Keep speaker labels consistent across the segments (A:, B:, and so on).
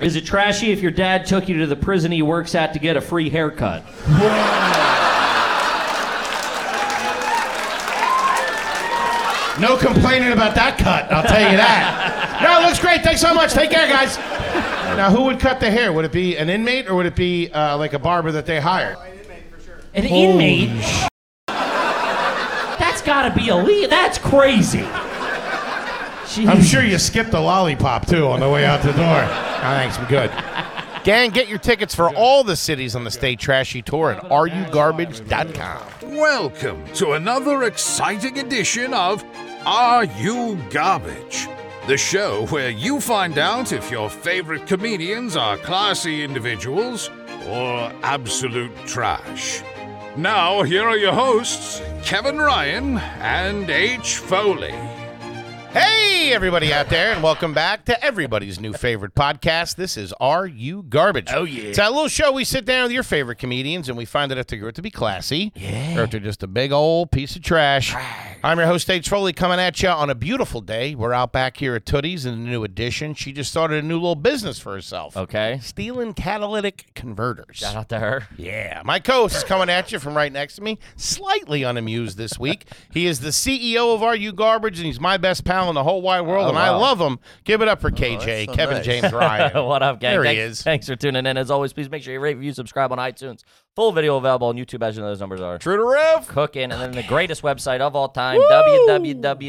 A: Is it trashy if your dad took you to the prison he works at to get a free haircut?
B: No complaining about that cut, I'll tell you that. no, it looks great. Thanks so much. Take care, guys. Now, who would cut the hair? Would it be an inmate or would it be uh, like a barber that they hired?
A: An inmate? That's gotta be illegal. That's crazy.
B: I'm sure you skipped a lollipop too on the way out the door. I think I'm Oh, good. Gang, get your tickets for all the cities on the state trashy tour at areyougarbage.com.
C: Welcome to another exciting edition of Are You Garbage? The show where you find out if your favorite comedians are classy individuals or absolute trash. Now, here are your hosts, Kevin Ryan and H. Foley.
B: Hey, everybody out there, and welcome back to everybody's new favorite podcast. This is Are You Garbage? Oh, yeah. It's that little show we sit down with your favorite comedians and we find out if they're to be classy yeah. or if they're just a big old piece of trash. I'm your host, Dave Foley, coming at you on a beautiful day. We're out back here at Tootie's in the new edition. She just started a new little business for herself.
A: Okay.
B: Stealing catalytic converters.
A: Shout out to her.
B: Yeah, my co-host is coming at you from right next to me, slightly unamused this week. he is the CEO of RU Garbage, and he's my best pal in the whole wide world, and I
A: Oh, wow. Oh,
B: love him. Give it up for KJ, Kevin James Ryan.
A: what up, gang?
B: There
A: thanks,
B: he is.
A: Thanks for tuning in. As always, please make sure you rate, review, subscribe on iTunes. Full video available on YouTube, as you know those numbers are.
B: True to roof.
A: Cooking, and then the greatest website of all time,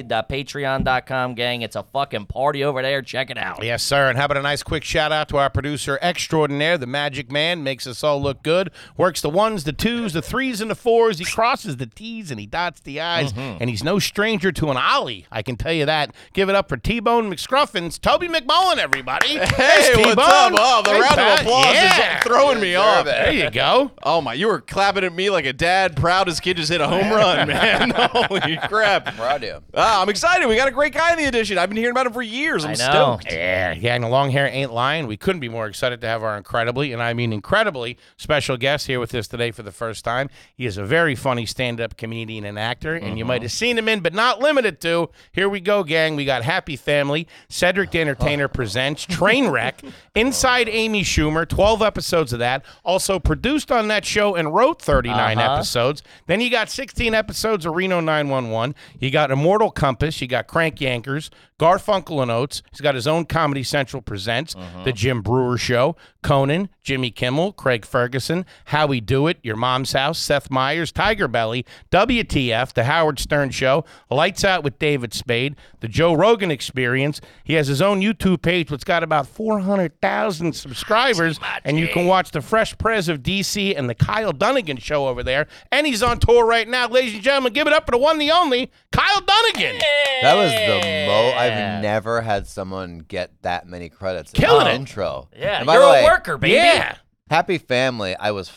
A: www.patreon.com, gang. It's a fucking party over there. Check it out.
B: Yes, sir. And how about a nice quick shout out to our producer extraordinaire, the magic man, makes us all look good, works the ones, the twos, the threes, and the fours. He crosses the T's and he dots the I's,
D: Mm-hmm.
B: and he's no stranger to an Ollie. I can tell you that. Give it up for T Bone McScruffins, Toby McMullen, everybody. There's
D: Hey, what's
B: T-Bone.
D: up? Oh, the
B: Hey,
D: round
B: Pat.
D: of applause
B: Yeah.
D: is throwing me off.
B: There you go.
D: Oh my, you were clapping at me like a dad, proud his kid just hit a home run, man. Holy crap. Proud of Ah, I'm excited. We got a great guy in the edition. I've been hearing about him for years. I'm
A: I know.
D: stoked.
B: Yeah, yeah, and the long hair ain't lying. We couldn't be more excited to have our incredibly, and I mean incredibly, special guest here with us today for the first time. He is a very funny stand up comedian and actor, and you might have seen him in, but not limited to. Here we go, gang. We got Happy Family. Cedric the Entertainer presents Trainwreck, Inside Amy Schumer, 12 episodes of that. Also produced on that show and wrote 39 episodes. Then you got 16 episodes of Reno 911. You got Immortal Compass. You got Crank Yankers, Garfunkel and Oates. He's got his own Comedy Central Presents, The Jim Brewer Show, Conan, Jimmy Kimmel, Craig Ferguson, How We Do It, Your Mom's House, Seth Meyers, Tiger Belly, WTF, The Howard Stern Show, Lights Out with David Spade, The Joe Rogan Experience. He has his own YouTube page, which got about 400,000 subscribers, and you can watch The Fresh Prez of DC and The Kyle Dunnigan Show over there. And he's on tour right now. Ladies and gentlemen, give it up for the one, the only, Kyle Dunnigan.
E: That was the mo. I've never had someone get that many credits. in
B: Killing
E: an
B: it.
E: Intro.
A: Yeah,
E: And by
A: you're
E: the
A: a
E: way,
A: worker, baby.
B: Yeah.
E: Happy Family. I was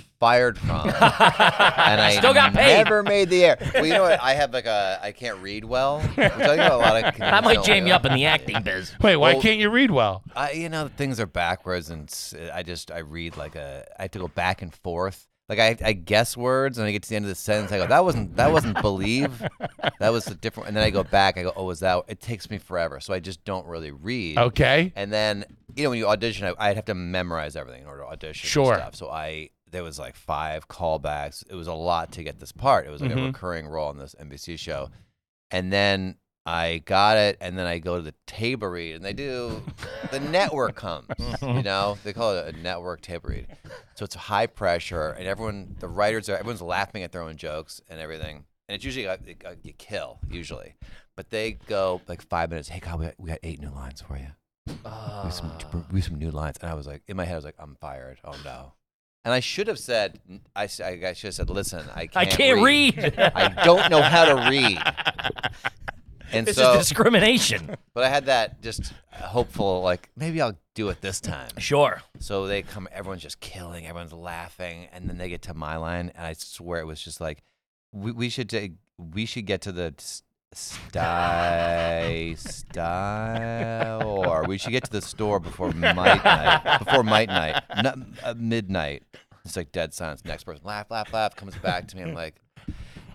E: fired from, and I
A: Still got paid.
E: Never made the air. Well, you know what? I have like a. I can't read well. Which I think a lot of.
A: I
E: comedians
A: might
E: don't
A: jam
E: do.
A: you up in the acting biz.
B: Wait, why
E: Well-
B: can't you read well?
E: I, you know, things are backwards, and s- I just I read like a. I have to go back and forth. Like I, I guess words, and I get to the end of the sentence. I go, that wasn't that wasn't believe, that was a different. And then I go back. I go, oh, was that? It takes me forever, so I just don't really read.
B: Okay.
E: And then, you know, when you audition, I, I'd have to memorize everything in order to audition. and
B: Sure.
E: stuff. So I there was like five callbacks. It was a lot to get this part. It was like
B: Mm-hmm.
E: a recurring role in this NBC show. And then I got it, and then I go to the table read, and they do the network comes.
B: Mm-hmm.
E: You know, they call it a network table read. So it's high pressure, and everyone, the writers are everyone's laughing at their own jokes and everything. And it's usually like, like, like, you kill usually, but they go like five minutes. Hey, God, we got, we got eight new lines for you we have some, we have some new lines. And I was like, in my head, I was like, I'm fired. Oh no. And I should have said, I, s- I should have said, listen, I can't,
A: I can't read.
E: I don't know how to read. And
A: this
E: so,
A: is discrimination.
E: but I had that just uh, hopeful, like maybe I'll do it this time.
A: Sure.
E: So they come, everyone's just killing, everyone's laughing, and then they get to my line, and I swear it was just like, we, we should take, we should get to the s- sty style, or we should get to the store before might night, before might night, not, uh, midnight. It's like dead silence. Next person, laugh, laugh, laugh, comes back to me. I'm like,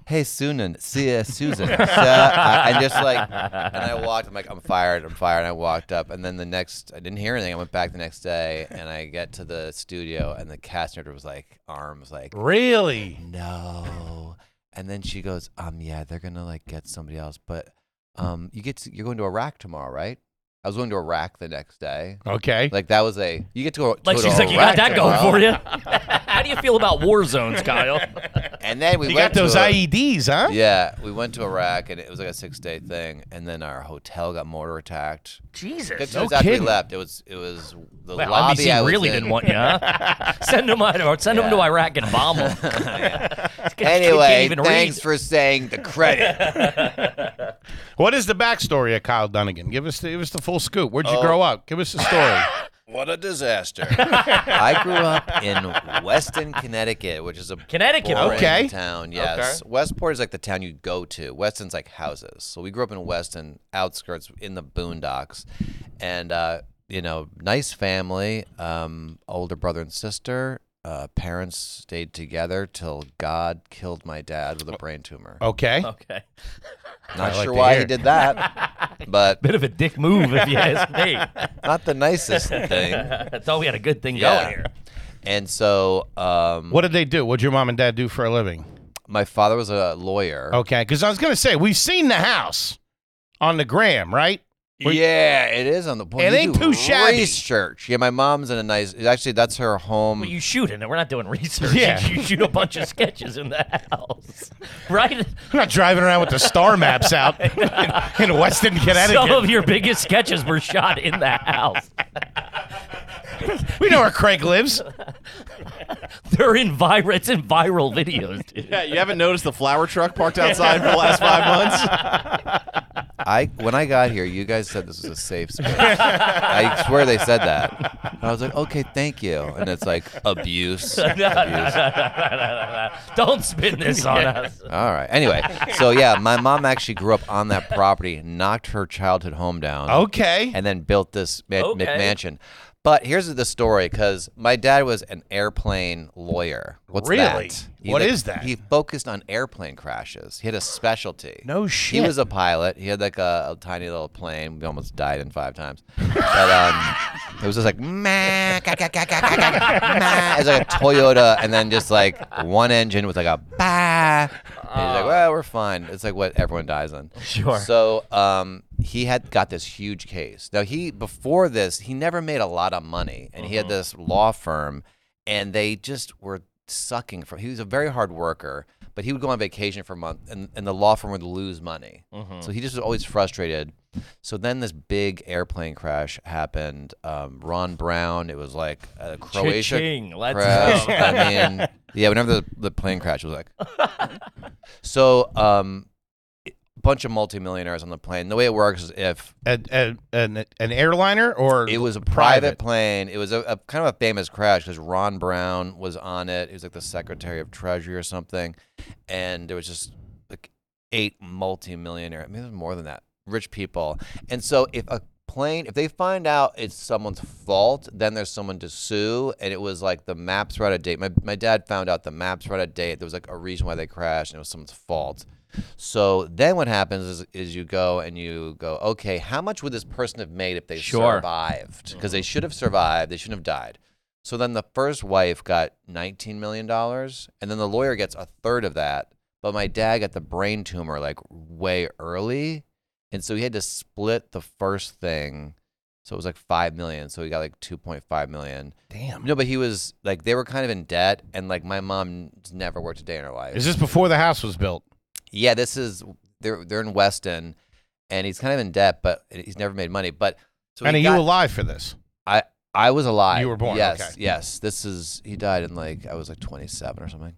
E: "Hey, Susan, see ya, Susan." so I, I just like, and I walked. I'm like, "I'm fired. I'm fired." And I walked up, and then the next, I didn't hear anything. I went back the next day, and I get to the studio, and the cast director was like, arms like,
B: Really?
E: no. And then she goes, um, yeah, they're gonna like get somebody else, but um, you get to, you're going to Iraq tomorrow, right? I was going to Iraq the next day.
B: Okay.
E: Like that was a you get to go.
A: Like
E: go
A: she's
E: to
A: like, you got
E: Iraq
A: that going
E: tomorrow."
A: for you. How do you feel about war zones, Kyle?
E: And then we
B: you got
E: went
B: those
E: to,
B: IEDs, huh?
E: Yeah, we went to Iraq and it was like a six day thing, and then our hotel got mortar attacked. Six
A: Jesus.
E: minutes after we
B: kidding.
E: left, it was it was the
A: Wow,
E: lobby. I
A: NBC
E: was
A: really
E: in.
A: didn't want you, huh? send them, out, send them to
E: Yeah.
A: Iraq and bomb them.
E: Anyway, thanks for saying the credit.
B: What is the backstory of Kyle Dunnigan? Give us the, give us the full scoop. Where'd you
E: Oh.
B: grow up? Give us the story.
D: What a disaster.
E: I grew up in Weston, Connecticut, which is a
A: Connecticut,
E: boring
B: okay.
E: town. Yes, Westport is like the town you go to. Weston's like houses. So we grew up in Weston, outskirts in the boondocks, and uh, you know, nice family, um, older brother and sister. Uh, parents stayed together till God killed my dad with a brain tumor.
B: Okay.
E: Uh-huh.
A: Okay.
E: Not
B: Oh. I like
E: sure
B: to
E: why
B: hear.
E: he did that, but
A: Bit of a dick move, if you ask me.
E: not the nicest thing.
A: Thought we had a good thing
E: Yeah.
A: going here.
E: And so, um,
B: What did they do? What'd your mom and dad do for a living?
E: my father was a lawyer.
B: Okay, because I was gonna say we've seen the house on the gram, right? Wait.
E: Yeah, it is on the boy,
B: It
E: you
B: ain't
E: do
B: too shabby.
E: Research. Yeah, my mom's in a nice. Actually, that's her home.
A: Well, you shoot in it. We're not doing research.
B: Yeah.
A: You shoot a bunch of sketches in the house, right?
B: I'm not driving around with the star maps out in, in Weston,
A: Some
B: Connecticut.
A: of your biggest sketches were shot in the house.
B: We know where Craig lives.
A: They're in viral. It's in viral videos, dude.
D: yeah, you haven't noticed the flower truck parked outside for the last five months?
E: I when I got here, you guys said this was a safe space. I swear they said that. And I was like, okay, thank you. And it's like abuse. abuse.
A: Don't spin this on us.
E: All right. Anyway, so yeah, my mom actually grew up on that property, knocked her childhood home down.
B: Oh, Okay.
E: and then built this ma-
A: Okay.
E: McMansion. But here's the story because my dad was an airplane lawyer. What's
B: Really?
E: that?
B: What is that?
E: He focused on airplane crashes. He had a specialty.
B: No
E: He
B: shit.
E: was a pilot. He had like a, a tiny little plane. We almost died in five times. But um, it was just like, meh, ka, ka, ka, ka, ka, ka, meh. It's like a Toyota, and then just like one engine with like a bah. And he's
B: Uh.
E: like, well, we're fine. It's like what everyone dies on.
A: Sure.
E: So um, he had got this huge case. Now he before this, he never made a lot of money, and he had
A: Mm-hmm.
E: this law firm, and they just were sucking from. He was a very hard worker, but he would go on vacation for a month, and, and the law firm would lose money.
A: Mm-hmm.
E: So he just was always frustrated. So then this big airplane crash happened. Um, Ron Brown. It was like a Croatia
A: Cha-ching, let's
E: crash.
A: go.
E: I mean, yeah. Whenever the, the plane crashed, it was like. So um, bunch of multimillionaires on the plane. The way it works is if
B: A, a, an, an airliner or
E: it was a private,
B: private.
E: plane, it was a, a kind of a famous crash because Ron Brown was on it. He was like the Secretary of Treasury or something, and there was just like eight multimillionaire. I mean, there's more than that. Rich people, and so if a plane, if they find out it's someone's fault, then there's someone to sue. And it was like the maps were out of date. My my dad found out the maps were out of date. There was like a reason why they crashed, and it was someone's fault. So then what happens is, is you go and you go, okay, how much would this person have made if they
A: Sure.
E: survived? Because they should have survived. They shouldn't have died. So then the first wife got $19 million, and then the lawyer gets a third of that. But my dad got the brain tumor like way early. And so he had to split the first thing. So it was like 5 million. So he got like 2.5 million.
B: Damn.
E: No, but he was like, they were kind of in debt. And like, my mom's never worked a day in her life.
B: Is this before the house was built?
E: Yeah, this is they're they're in Weston, and he's kind of in debt, but he's never made money. But so
B: and are
E: he
B: you
E: got-
B: alive for this?
E: I I was alive.
B: You were born,
E: Yes,
B: okay.
E: yes. This is he died in like I was like 27 or something.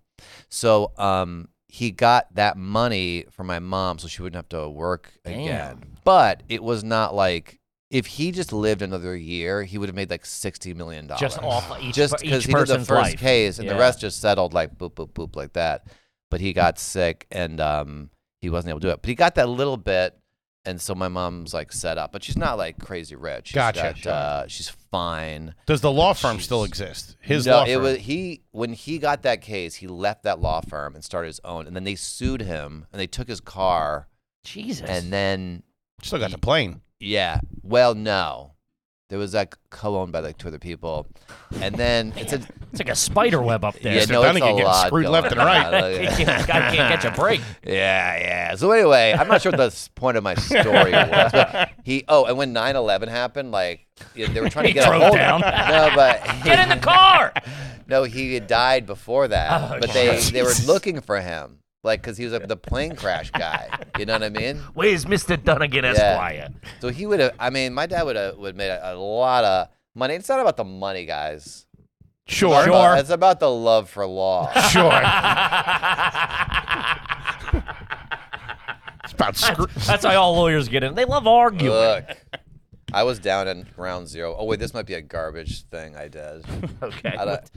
E: So um he got that money from my mom, so she wouldn't have to work again. But it was not like if he just lived another year, he would have made like 60 million dollars
A: Just off each,
E: just
A: per- each
E: he did the
A: person's
E: first
A: life.
E: case and
A: Yeah.
E: the rest just settled like boop boop boop like that but he got sick and um he wasn't able to do it but he got that little bit and so my mom's like set up, but she's not like crazy rich. She's
B: Gotcha.
E: got, uh, she's fine.
B: Does the law firm still exist? His
E: no,
B: law
E: it
B: firm.
E: was he when he got that case, he left that law firm and started his own, and then they sued him and they took his car,
A: Jesus.
E: and then
B: still got the plane.
E: yeah, well, no, there was that co-owned by like two other people, and then it's a
A: it's like a spider web up there.
E: yeah,
B: Mr.
E: no, it's
B: Dunnigan
E: a
B: getting
E: lot
B: screwed
E: going
B: left and
E: on.
B: right.
E: Look
A: Guy
E: at-
A: can't catch a break.
E: Yeah, yeah. So anyway, I'm not sure what the s- point of my story was. But he oh, and when 9/11 happened, like yeah, they were trying to
A: He
E: get a
A: drove
E: hold
A: down.
E: No, but
A: Get in the car.
E: no, he had died before that.
A: Oh,
E: but they
A: Jesus.
E: they were looking for him, like because he was like, the plane crash guy. You know what I mean?
A: Where's Mister Dunnigan Esquire?
E: So he would have. I mean, my dad would have would made a, a lot of money. It's not about the money, guys.
B: Sure.
E: It's about, it's about the love for law.
B: Sure. it's about screw.
A: That's how all lawyers get in. They love arguing.
E: Look. I was down in round zero. Oh wait, this might be a garbage thing I did.
A: okay.
E: I don't-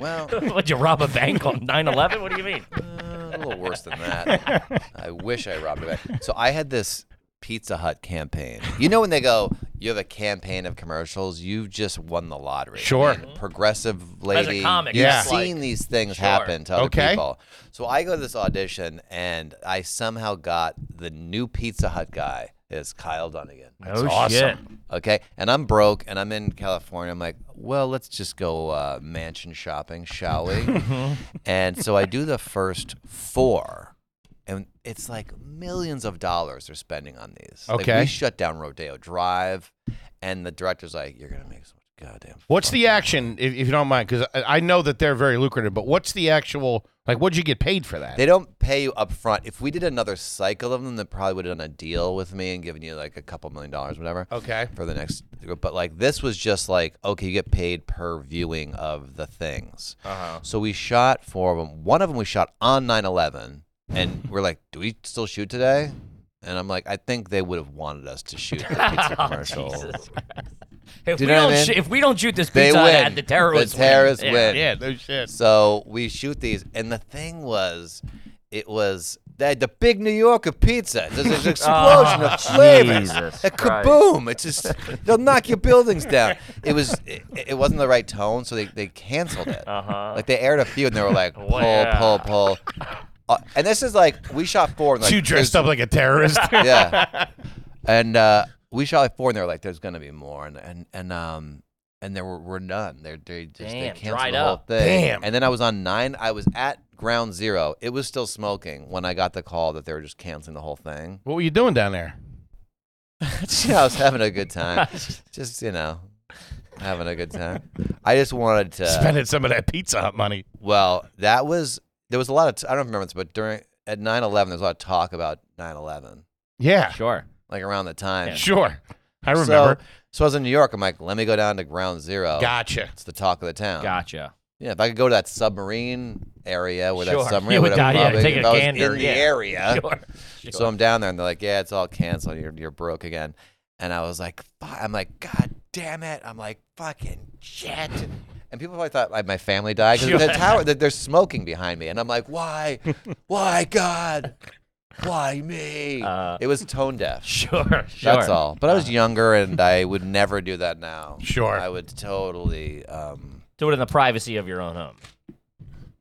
E: Well, uh,
A: Would you rob a bank on 9/11? What do you mean?
E: a little worse than that. I wish I robbed a bank. So I had this Pizza Hut campaign. You know when they go, you have a campaign of commercials, you've just won the lottery.
B: Sure.
E: And progressive lady.
A: comic,
E: you've
B: Yeah.
E: seen
A: like-
E: these things happen to other
B: Okay.
E: people. So I go to this audition and I somehow got the new Pizza Hut guy is Kyle Dunnigan.
A: oh
B: awesome.
E: Okay, and I'm broke, and I'm in California. I'm like, well, let's just go uh, mansion shopping, shall we? and so I do the first four, and it's like millions of dollars they're spending on these. Like,
B: Okay.
E: we shut down Rodeo Drive, and the director's like, you're gonna make so much goddamn.
B: What's the action, if, if you don't mind? Because I, I know that they're very lucrative, but what's the actual, like, what'd you get paid for that?
E: They don't pay you up front. If we did another cycle of them, they probably would have done a deal with me and given you like a couple million dollars, whatever.
B: okay.
E: for the next but like this was just like okay you get paid per viewing of the things uh-huh. so we shot four of them one of them we shot on 9-11 and we're like do we still shoot today and i'm like i think they would have wanted us to shoot the pizza commercial
A: If
E: Do
A: we
E: you know what
A: don't,
E: I
A: sh-
E: mean?
A: if we don't shoot this
E: they
A: pizza
E: win
A: ad, the terrorists
E: the terrorists win,
B: Yeah, no shit.
E: so we shoot these and the thing was it was that the big New Yorker pizza. There's an explosion of flavors.
A: Oh. Jesus
E: a
A: Christ.
E: kaboom! It's just they'll knock your buildings down. It was it, it wasn't the right tone, so they, they canceled it.
A: Uh-huh.
E: Like they aired a few and they were like pull
A: yeah.
E: pull pull, Uh, and this is like we shot four. And like,
B: you dressed up like a terrorist.
E: yeah. And uh, we shot like four, and they were like, "There's gonna be more," and and and um and there were were none. They they just they
A: Damn,
E: canceled
A: dried
E: the whole
A: up.
E: thing.
B: Damn.
E: And then I was on nine. I was at ground zero. It was still smoking when I got the call that they were just canceling the whole thing.
B: what were you doing down there?
E: yeah, I was having a good time. just you know, having a good time. I just wanted to.
B: Spending some of that Pizza Hut money.
E: Well, that was there was a lot of t- I don't remember this, but during at 9-11, there was a lot of talk about 9-11,
B: Yeah,
A: Sure.
E: like around the time.
B: sure. I remember.
E: So, so I was in New York. I'm like, let me go down to ground zero.
B: gotcha.
E: It's the talk of the town.
A: Gotcha.
E: Yeah, if I could go to that submarine area where
A: Sure.
E: that submarine
A: You
E: would
A: would die, yeah,
E: probably,
A: take
E: if
A: a
E: I was
A: gander,
E: in
A: yeah.
E: the area.
A: Sure.
E: So I'm down there and they're like, yeah, it's all canceled. You're, you're broke again. And I was like, "Fu-" I'm like, God damn it. I'm like, fucking shit. And people probably thought like my family died because the tower, they're, they're smoking behind me. And I'm like, why? Why, God? Why me?
A: Uh,
E: it was tone deaf.
A: Sure. Sure. Uh-huh.
E: That's all. But I was younger and I would never do that now.
B: Sure.
E: I would totally. Um,
A: Do it in the privacy of your own home.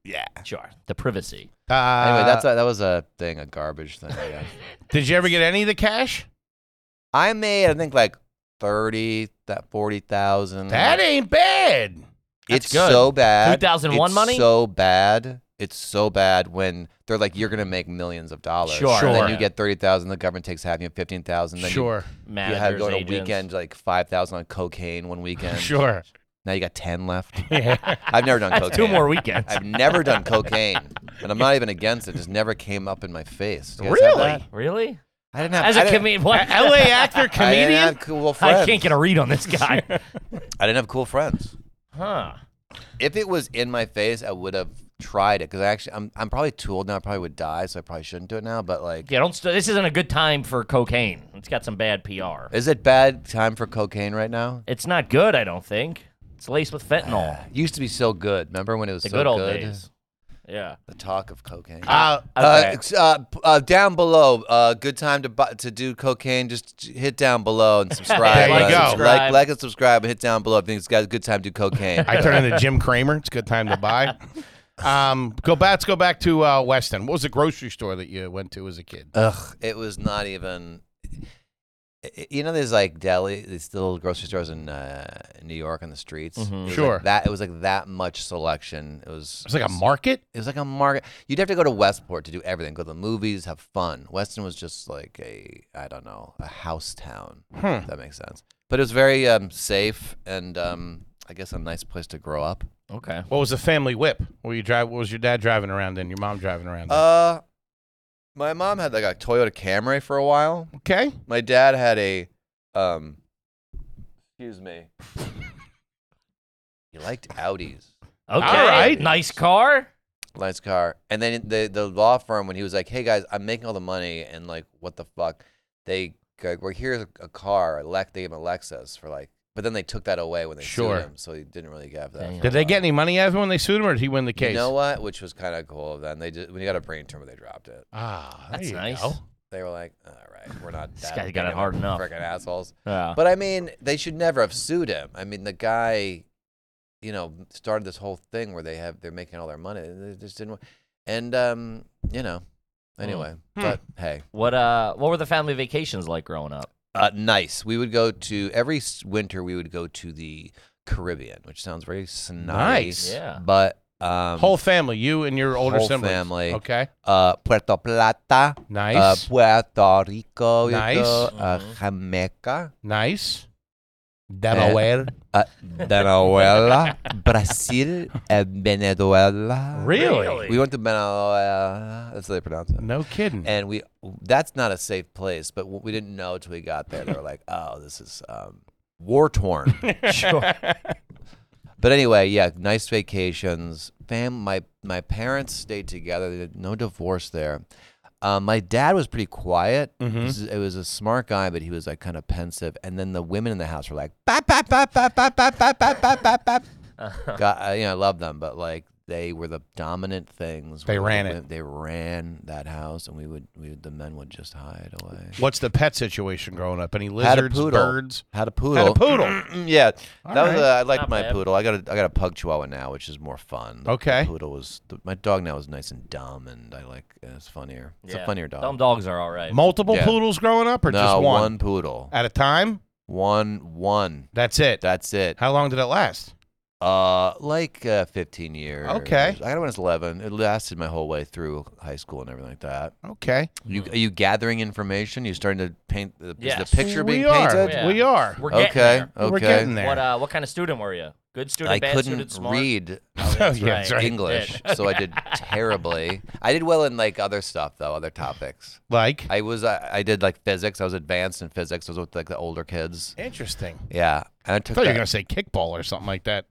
E: yeah.
A: Sure. The privacy.
B: Uh,
E: Anyway, that's a, that was a thing, a garbage thing. I guess.
B: Did you ever get any of the cash?
E: Mm-hmm. I made, I think, like thirty, that forty thousand.
B: That ain't bad.
A: that's
E: it's
A: good.
E: so bad.
A: 2001
E: It's
A: money?
E: So bad. It's so bad when they're like, you're gonna make millions of dollars.
A: Sure.
E: And
B: Sure.
E: then you get thirty thousand. The government takes half. You have fifteen thousand. Then
B: Sure,
E: You, you have
A: Managers,
E: go on a
A: agents.
E: weekend like five thousand on cocaine one weekend.
B: sure.
E: Now you got ten left.
B: Yeah.
E: I've never done
A: That's
E: cocaine.
A: two more weekends.
E: I've never done cocaine, and I'm not even against it. Just never came up in my face. You guys have that?
B: really?
A: really?
E: I didn't have.
A: As
E: I
A: a
E: didn't-
A: comedian, what?
B: LA actor,
E: I didn't
B: comedian?
E: have cool friends.
A: I can't get a read on this guy.
E: I didn't have cool friends.
A: huh.
E: If it was in my face, I would have tried it because I actually I'm I'm probably too old now. I probably would die, so I probably shouldn't do it now. But like,
A: Yeah, don't. St- this isn't a good time for cocaine. It's got some bad PR.
E: is it bad time for cocaine right now?
A: It's not good, I don't think. It's laced with fentanyl.
E: It used to be so good. Remember when it was
A: The
E: so
A: good old
E: good?
A: days. Yeah.
E: The talk of cocaine.
B: Uh,
E: Uh,
A: Okay.
E: ex- uh, p- uh, down below. Uh, good time to bu- to do cocaine. Just j- hit down below and subscribe.
B: There you
E: uh,
B: go.
E: subscribe.
A: Subscribe.
E: Like, like and subscribe. And hit down below. I think it's got a good time to do cocaine.
B: I turn into Jim Kramer. It's a good time to buy. Um, go back. Let's go back to uh, Weston. What was the grocery store that you went to as a kid?
E: Ugh, it was not even. I- I- You know, there's like deli, these little grocery stores in uh, New York on the streets. It was like
B: Mm-hmm. Sure.
E: that it was like that much selection. It was.
B: It's like a market.
E: It was like a market. You'd have to go to Westport to do everything. Go to the movies, have fun. Weston was just like a, I don't know, a house town. If that makes sense. But it was very um, safe and um, I guess a nice place to grow up.
A: Okay.
B: What was the family whip? What were you drive? What was your dad driving around in? Your mom driving around? In?
E: Uh, my mom had like a Toyota Camry for a while.
B: okay.
E: My dad had a. Um, Excuse me. he liked Audis.
A: Okay.
B: All right.
A: Nice car.
E: Nice car. And then the the law firm when he was like, "Hey guys, I'm making all the money," and like, what the fuck? They go, well, here's a, a car. Lex, they gave him a Lexus for like, but then they took that away when they
B: Sure.
E: sued him, so he didn't really get that.
A: Damn.
E: for a
B: Did they
E: while.
B: get any money out of him when they sued him, or did he win the case?
E: You know what? Which was kind of cool. Then they just when he got a brain tumor, they dropped it.
B: Ah, there
A: That's
B: you
A: nice.
B: go.
E: They were like, "All right, we're not."
A: This
E: that
A: guy got
E: big
A: it
E: of
A: hard enough.
E: Freaking assholes.
A: Yeah.
E: But I mean, they should never have sued him. I mean, the guy, you know, started this whole thing where they have they're making all their money. They just didn't. wa- And um, you know,
B: Hmm.
E: anyway. But hey,
A: What uh? What were the family vacations like growing up?
E: uh, nice. We would go to every s- winter. We would go to the Caribbean, which sounds very snotty.
B: Nice.
A: Yeah.
E: But um,
B: Whole family, you and your older
E: whole
B: siblings.
E: family.
B: Okay.
E: uh, Puerto Plata,
B: Nice.
E: uh, Puerto Rico, you
B: Nice.
E: go, uh, Jamaica.
B: nice. Delaware.
E: uh, Venezuela, Brazil, and Venezuela.
B: really?
E: We went to Venezuela. That's how they pronounce it.
B: No kidding.
E: And we, that's not a safe place, but we didn't know until we got there. They were like, oh, this is um, war torn. But anyway, yeah, nice vacations. Fam, my my parents stayed together. There was No divorce there. Um, my dad was pretty quiet.
B: Mm-hmm.
E: This is- It was a smart guy, but he was like kind of pensive. And then the women in the house were like, bap, bap, bap, bap, bap, bap, bap, bap, bap, bap, bap. God, I, you know, I love them, but like they were the dominant things.
B: They
E: We-
B: ran
E: we-
B: it.
E: They ran that house, and we would, we would the men would just hide away.
B: What's the pet situation growing up? Any
E: Had a
B: lizards,
E: poodle.
B: birds?
E: Had a poodle.
B: Had a poodle.
E: Mm, yeah,
B: All
E: that was.
B: right.
E: Uh, I liked
A: Not
E: my
A: bad.
E: poodle. I got a I got a pug chihuahua now, which is more fun. The- the
B: Okay.
E: poodle was the, my dog now is nice and dumb, and I like it's funnier. It's a
A: Yeah.
E: funnier dog.
A: Dumb dogs are all right.
B: Multiple
E: Yeah.
B: poodles growing up, or
E: no,
B: just
E: one?
B: one?
E: poodle.
B: at a time?
E: One one.
B: That's it.
E: That's it.
B: How long did it last?
E: Uh, like uh, fifteen years.
B: Okay.
E: I got it when I was eleven. It lasted my whole way through high school and everything like that.
B: Okay.
E: You are you gathering information? You starting to paint the, is
A: Yes.
E: the picture being
B: we are.
E: painted?
A: Yeah.
B: We are.
A: We're getting
E: Okay.
A: there.
E: Okay.
B: We're getting there.
A: What uh? What kind of student were you? Good student,
E: I
A: bad
E: couldn't
A: student, smart.
E: read
A: Oh,
B: Oh,
A: that's
B: yeah, that's right.
E: English,
A: Did.
E: so I did terribly. I did well in like other stuff though, other topics.
B: like
E: I was I, I did like physics. I was advanced in physics. I was with like the older kids.
B: interesting.
E: Yeah, and I
B: I
E: took.
B: thought you were
E: that-
B: gonna say kickball or something like that.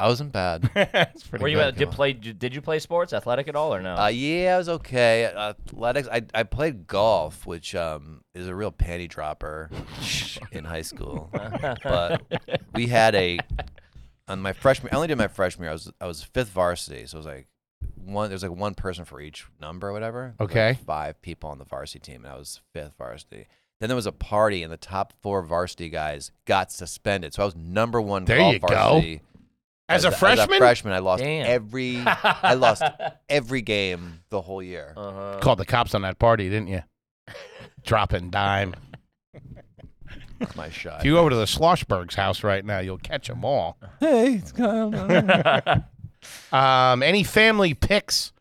E: I wasn't bad.
B: That's pretty
A: Were you
B: good.
A: uh, did play? Did you play sports, athletic at all, or no?
E: Uh, yeah, I was okay. Uh, Athletics. I, I played golf, which um is a real panty dropper in high school. but we had a on my freshman. I only did my freshman year. I was I was fifth varsity, so it was like one. There's like one person for each number, or whatever. There was, like,
B: Okay.
E: five people on the varsity team, and I was fifth varsity. Then there was a party, and the top four varsity guys got suspended. So I was number one
B: There
E: golf
B: you go.
E: varsity.
B: As, a freshman,
E: As a freshman, I lost
A: Damn.
E: every. I lost every game the whole year.
A: Uh-huh.
B: called the cops on that party, didn't you? Dropping dime.
E: my shot.
B: If you go over to the Schlossberg's house right now, you'll catch them all.
E: hey, it's Kyle.
B: Um, any family pics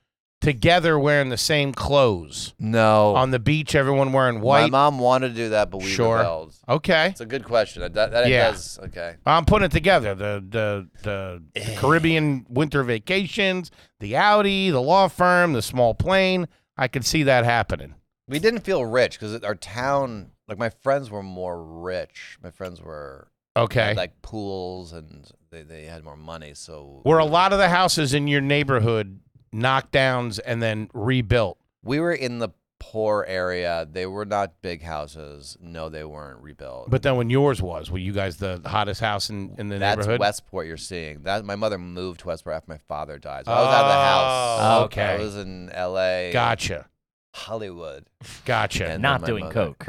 B: together wearing the same clothes
E: no,
B: on the beach? Everyone wearing
E: my
B: white.
E: mom wanted to do that, but we
B: Sure.
E: rebelled.
B: Okay,
E: It's a good question. That, that, that it
B: Yeah.
E: does. Okay.
B: I'm putting it together. The the the,
E: Eh.
B: the Caribbean winter vacations, the Audi, the law firm, the small plane. I could see that happening.
E: We didn't feel rich because our town, like my friends were more rich. My friends were
B: Okay.
E: had, like pools and they, they had more money. So
B: Were a lot of the houses in your neighborhood knockdowns and then rebuilt?
E: we were in the poor area. They were not big houses. No, they weren't rebuilt.
B: But then when yours was, were you guys the hottest house in, in the
E: that's
B: neighborhood?
E: Westport you're seeing. That my mother moved to Westport after my father died. So I was out of the house.
B: Oh, okay.
E: I was in L.A.
B: Gotcha.
E: Hollywood.
B: Gotcha.
E: and
A: Not
E: then my
A: doing
E: mother-
A: coke.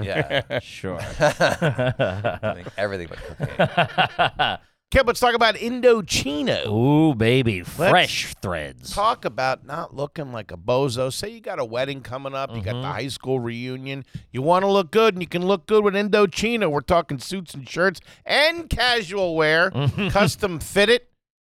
E: Yeah.
A: Sure.
E: Doing everything but cocaine.
B: Kip, let's talk about Indochino.
A: Ooh, baby, fresh threads.
B: Talk about not looking like a bozo. Say you got a wedding coming up, you got the high school reunion. You want to look good, and you can look good with Indochino. We're talking suits and shirts and casual wear, custom fitted.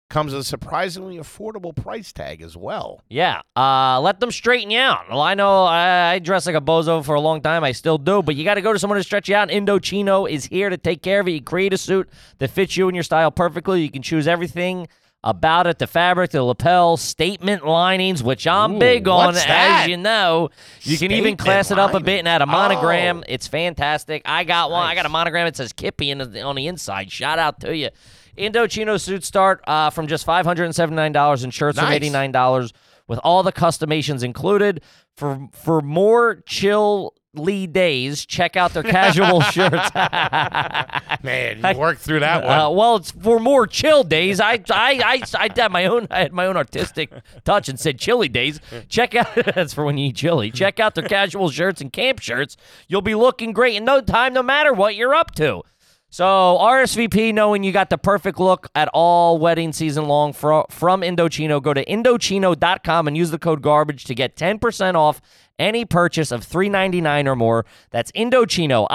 B: Comes at a surprisingly affordable price tag as well.
A: Yeah, uh, let them straighten you out. Well, I know I, I dressed like a bozo for a long time. I still do, but you got to go to someone to stretch you out. Indochino is here to take care of it. You create a suit that fits you and your style perfectly. You can choose everything about it the fabric, the lapel, statement linings, which I'm
B: Ooh,
A: big on,
B: what's that?
A: as you know. You can even
B: Statement Oh.
A: class it up a bit
B: lining.
A: and add a monogram. It's fantastic. I got one. I got a monogram. It says Kippy in the, on the inside. Shout out to you. Indochino suits start uh, from just $579 and shirts from
B: Nice.
A: 89 $9 with all the customations included. For for more chill Lee days, check out their casual shirts.
B: Man, you worked through that one.
A: Uh, well, it's for more chill days. I I I, I had my own I had my own artistic touch and said chilly days. Check out that's for when you eat chili. Check out their casual shirts and camp shirts. You'll be looking great in no time, no matter what you're up to. So RSVP, knowing you got the perfect look at all wedding season long fro- from Indochino. Go to Indochino.com and use the code GARBAGE to get 10% off any purchase of $3.99 or more. That's Indochino,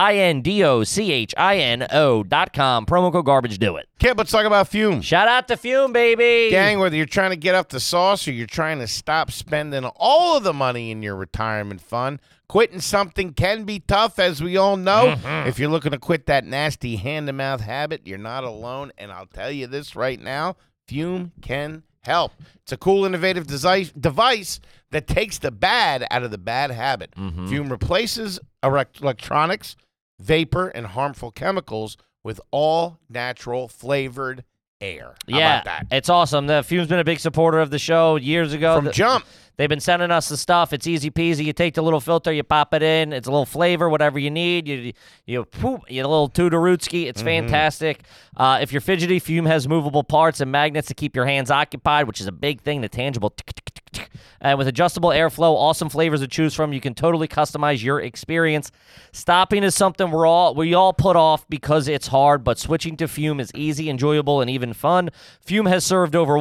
A: I-N-D-O-C-H-I-N-O dot com. Promo code GARBAGE, do it.
B: Kip, let's talk about fumes.
A: Shout out to Fume, baby.
B: Gang, whether you're trying to get up the sauce or you're trying to stop spending all of the money in your retirement fund, quitting something can be tough, as we all know. If you're looking to quit that nasty hand to mouth habit, you're not alone. And I'll tell you this right now Fume can help. It's a cool, innovative device, device that takes the bad out of the bad habit. Fume replaces erect- electronics, vapor, and harmful chemicals with all natural flavored air. How
A: yeah,
B: about that?
A: it's awesome. The Fume's been a big supporter of the show years ago.
B: From
A: The-
B: jump.
A: They've been sending us the stuff. It's easy peasy. You take the little filter, you pop it in. It's a little flavor, whatever you need. You you poop, you get a little Tudorutski. It's
B: Mm-hmm.
A: fantastic. Uh, if you're fidgety, Fume has movable parts and magnets to keep your hands occupied, which is a big thing. The tangible. tick, tick, tick, tick. And with adjustable airflow, awesome flavors to choose from, you can totally customize your experience. Stopping is something we're all we all put off because it's hard, but switching to Fume is easy, enjoyable, and even fun. Fume has served over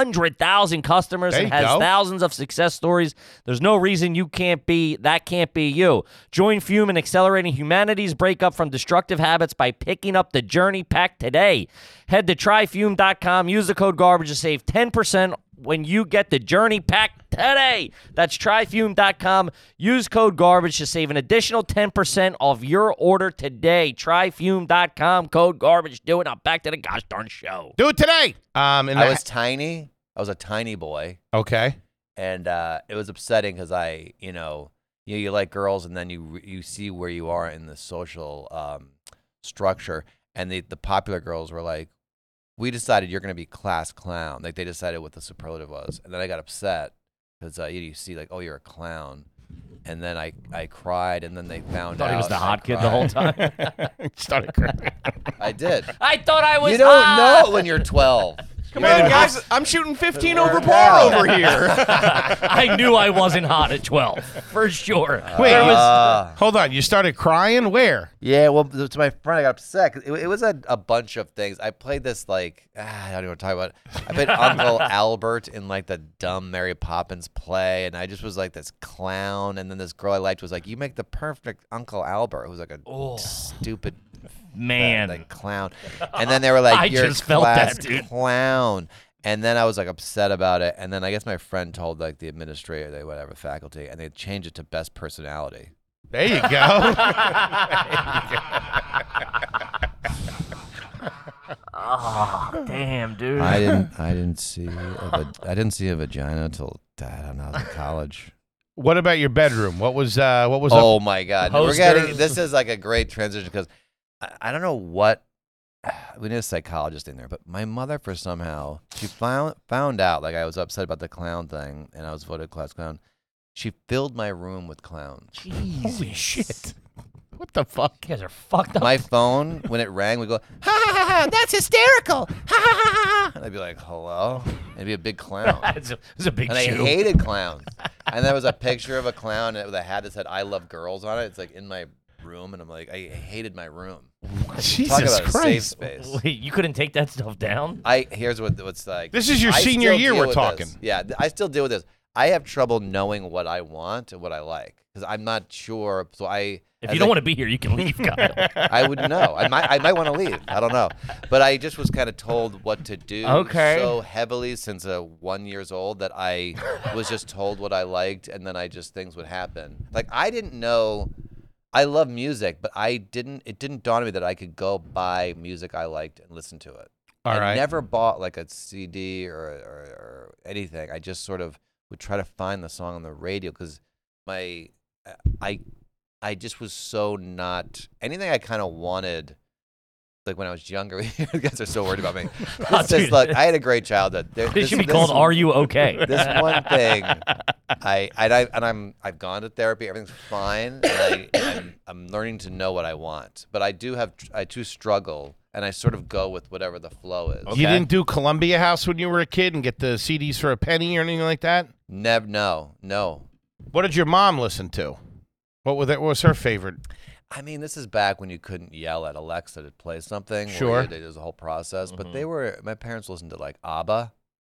A: 100,000 customers
B: There
A: and
B: you
A: has
B: go.
A: thousands thousands of success stories. There's no reason you can't be that can't be you. Join Fume in accelerating humanity's breakup from destructive habits by picking up the journey pack today. Head to tryfume.com, use the code garbage to save 10% when you get the journey pack today. That's tryfume.com. Use code garbage to save an additional 10% off your order today. Tryfume.com, code garbage. Do it. Now back to the gosh darn show.
B: Do it today. Um, and
E: I
B: I
E: was tiny. I was a tiny boy,
B: okay.
E: and uh, it was upsetting because I, you know, you you like girls, and then you re- you see where you are in the social um, structure, and the the popular girls were like, "We decided you're going to be class clown." Like they decided what the superlative was, and then I got upset because uh, you, you see like, "Oh, you're a clown," and then I I cried, and then they found
A: Thought
E: out
A: he was the
E: I
A: hot kid the
E: cried.
A: whole time.
B: Started crying.
E: I did.
A: I thought I was
E: you don't
A: hot.
E: know when you're 12.
D: Come on, guys. I'm shooting 15 over
E: worked
D: par
E: out.
D: over here.
A: I knew I wasn't hot at 12, for sure.
B: Wait,
A: There was-
E: Uh,
B: hold on. You started crying? Where?
E: Yeah, well, th- to my friend, I got upset. 'cause It, it was a, a bunch of things. I played this like ah, I don't even want to talk about. It. I played Uncle Albert in like the dumb Mary Poppins play, and I just was like this clown. And then this girl I liked was like, "You make the perfect Uncle Albert," who was like a
A: Oh.
E: stupid
A: man.
E: like clown. And then they were like,
A: I
E: "You're
A: just
E: a
A: felt that,
E: class
A: dude.
E: clown." And then I was like upset about it. And then I guess my friend told like the administrator, they whatever faculty, and they changed it to best personality.
B: There you go.
A: Damn, dude.
E: I didn't. I didn't see. A va- I didn't see a vagina till I don't know, I was in college.
B: what about your bedroom? What was uh what was up?
E: oh my god! We're getting.
A: Posters.
E: This is like a great transition because I, I don't know what. We need a psychologist in there, but my mother, for somehow, she found found out like I was upset about the clown thing, and I was voted class clown. She filled my room with clowns.
B: Holy shit. What the fuck?
A: You guys are fucked up.
E: My phone, when it rang, would go, ha ha ha ha, that's hysterical. Ha ha ha ha. ha." And I'd be like, hello? And it'd be a big clown.
A: It's a, it's a big
E: And I
A: shoe.
E: hated clowns. And there was a picture of a clown with a hat that said "I love girls" on it. It's like in my room, and I'm like, I hated my room. Talk
B: Jesus
E: about
B: Christ.
E: a safe space.
A: Wait, you couldn't take that stuff down?
E: I here's what what's like.
B: This is your
E: I
B: senior
E: still
B: year
E: deal
B: we're
E: with
B: talking.
E: this. Yeah, th- I still deal with this. I have trouble knowing what I want and what I like because I'm not sure. So I
A: If
E: as
A: you don't
E: I
A: want to be here, you can leave, Kyle.
E: I would know. I might, I might want to leave. I don't know. But I just was kind of told what to do
A: Okay.
E: so heavily since uh, one years old that I was just told what I liked, and then I just things would happen. Like I didn't know. I love music, but I didn't. It didn't dawn on me that I could go buy music I liked and listen to it.
B: All
E: I
B: right.
E: never bought like a CD or, or, or anything. I just sort of would try to find the song on the radio because my I I just was so not anything I kind of wanted. Like when I was younger, you guys are so worried about me.
A: Oh,
E: This is
A: dude.
E: like I had a great childhood. There-
A: It should be called E "Are You Okay?"
E: This one thing, I, I I- and I'm I've gone to therapy. Everything's fine. And I, I'm, I'm learning to know what I want, but I do have I do struggle, and I sort of go with whatever the flow is.
B: You
D: Okay.
B: didn't do Columbia House when you were a kid and get the CDs for a penny or anything like that?
E: Never, no, no.
B: What did your mom listen to? What was, that, what was her favorite?
E: I mean, this is back when you couldn't yell at Alexa to play something. where
B: Sure. Mm-hmm.
E: you- There was a whole process, but they were, my parents listened to like ABBA,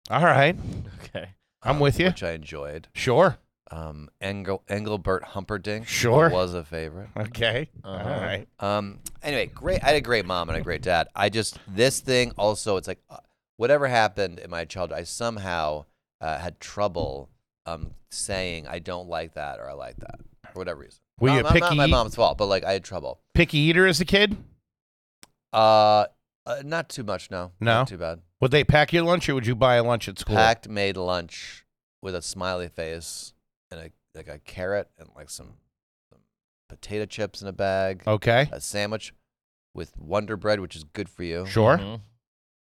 E: um,
B: All right.
A: okay.
B: I'm with you.
E: which I enjoyed.
B: Sure.
E: Um, Engel, Engelbert Humperdinck
B: Sure.
E: was a favorite.
B: Okay. All
A: Uh-huh.
B: right.
E: Um, anyway, great. I had a great mom and a great dad. I just, this thing also, it's like uh, whatever happened in my childhood, I somehow uh, had trouble um, saying, I don't like that or I like that for whatever reason.
B: Were you
E: Not-
B: a
E: not-
B: picky
E: not my
B: eat-
E: mom's fault, but like I had trouble.
B: Picky eater as a kid?
E: Uh, uh, not too much, no.
B: No?
E: Not too bad.
B: Would they pack your lunch or would you buy a lunch at school?
E: packed made lunch with a smiley face and a like a carrot and like some, some potato chips in a bag,
B: Okay.
E: a sandwich with Wonder Bread, which is good for you.
B: Sure.
A: Mhm.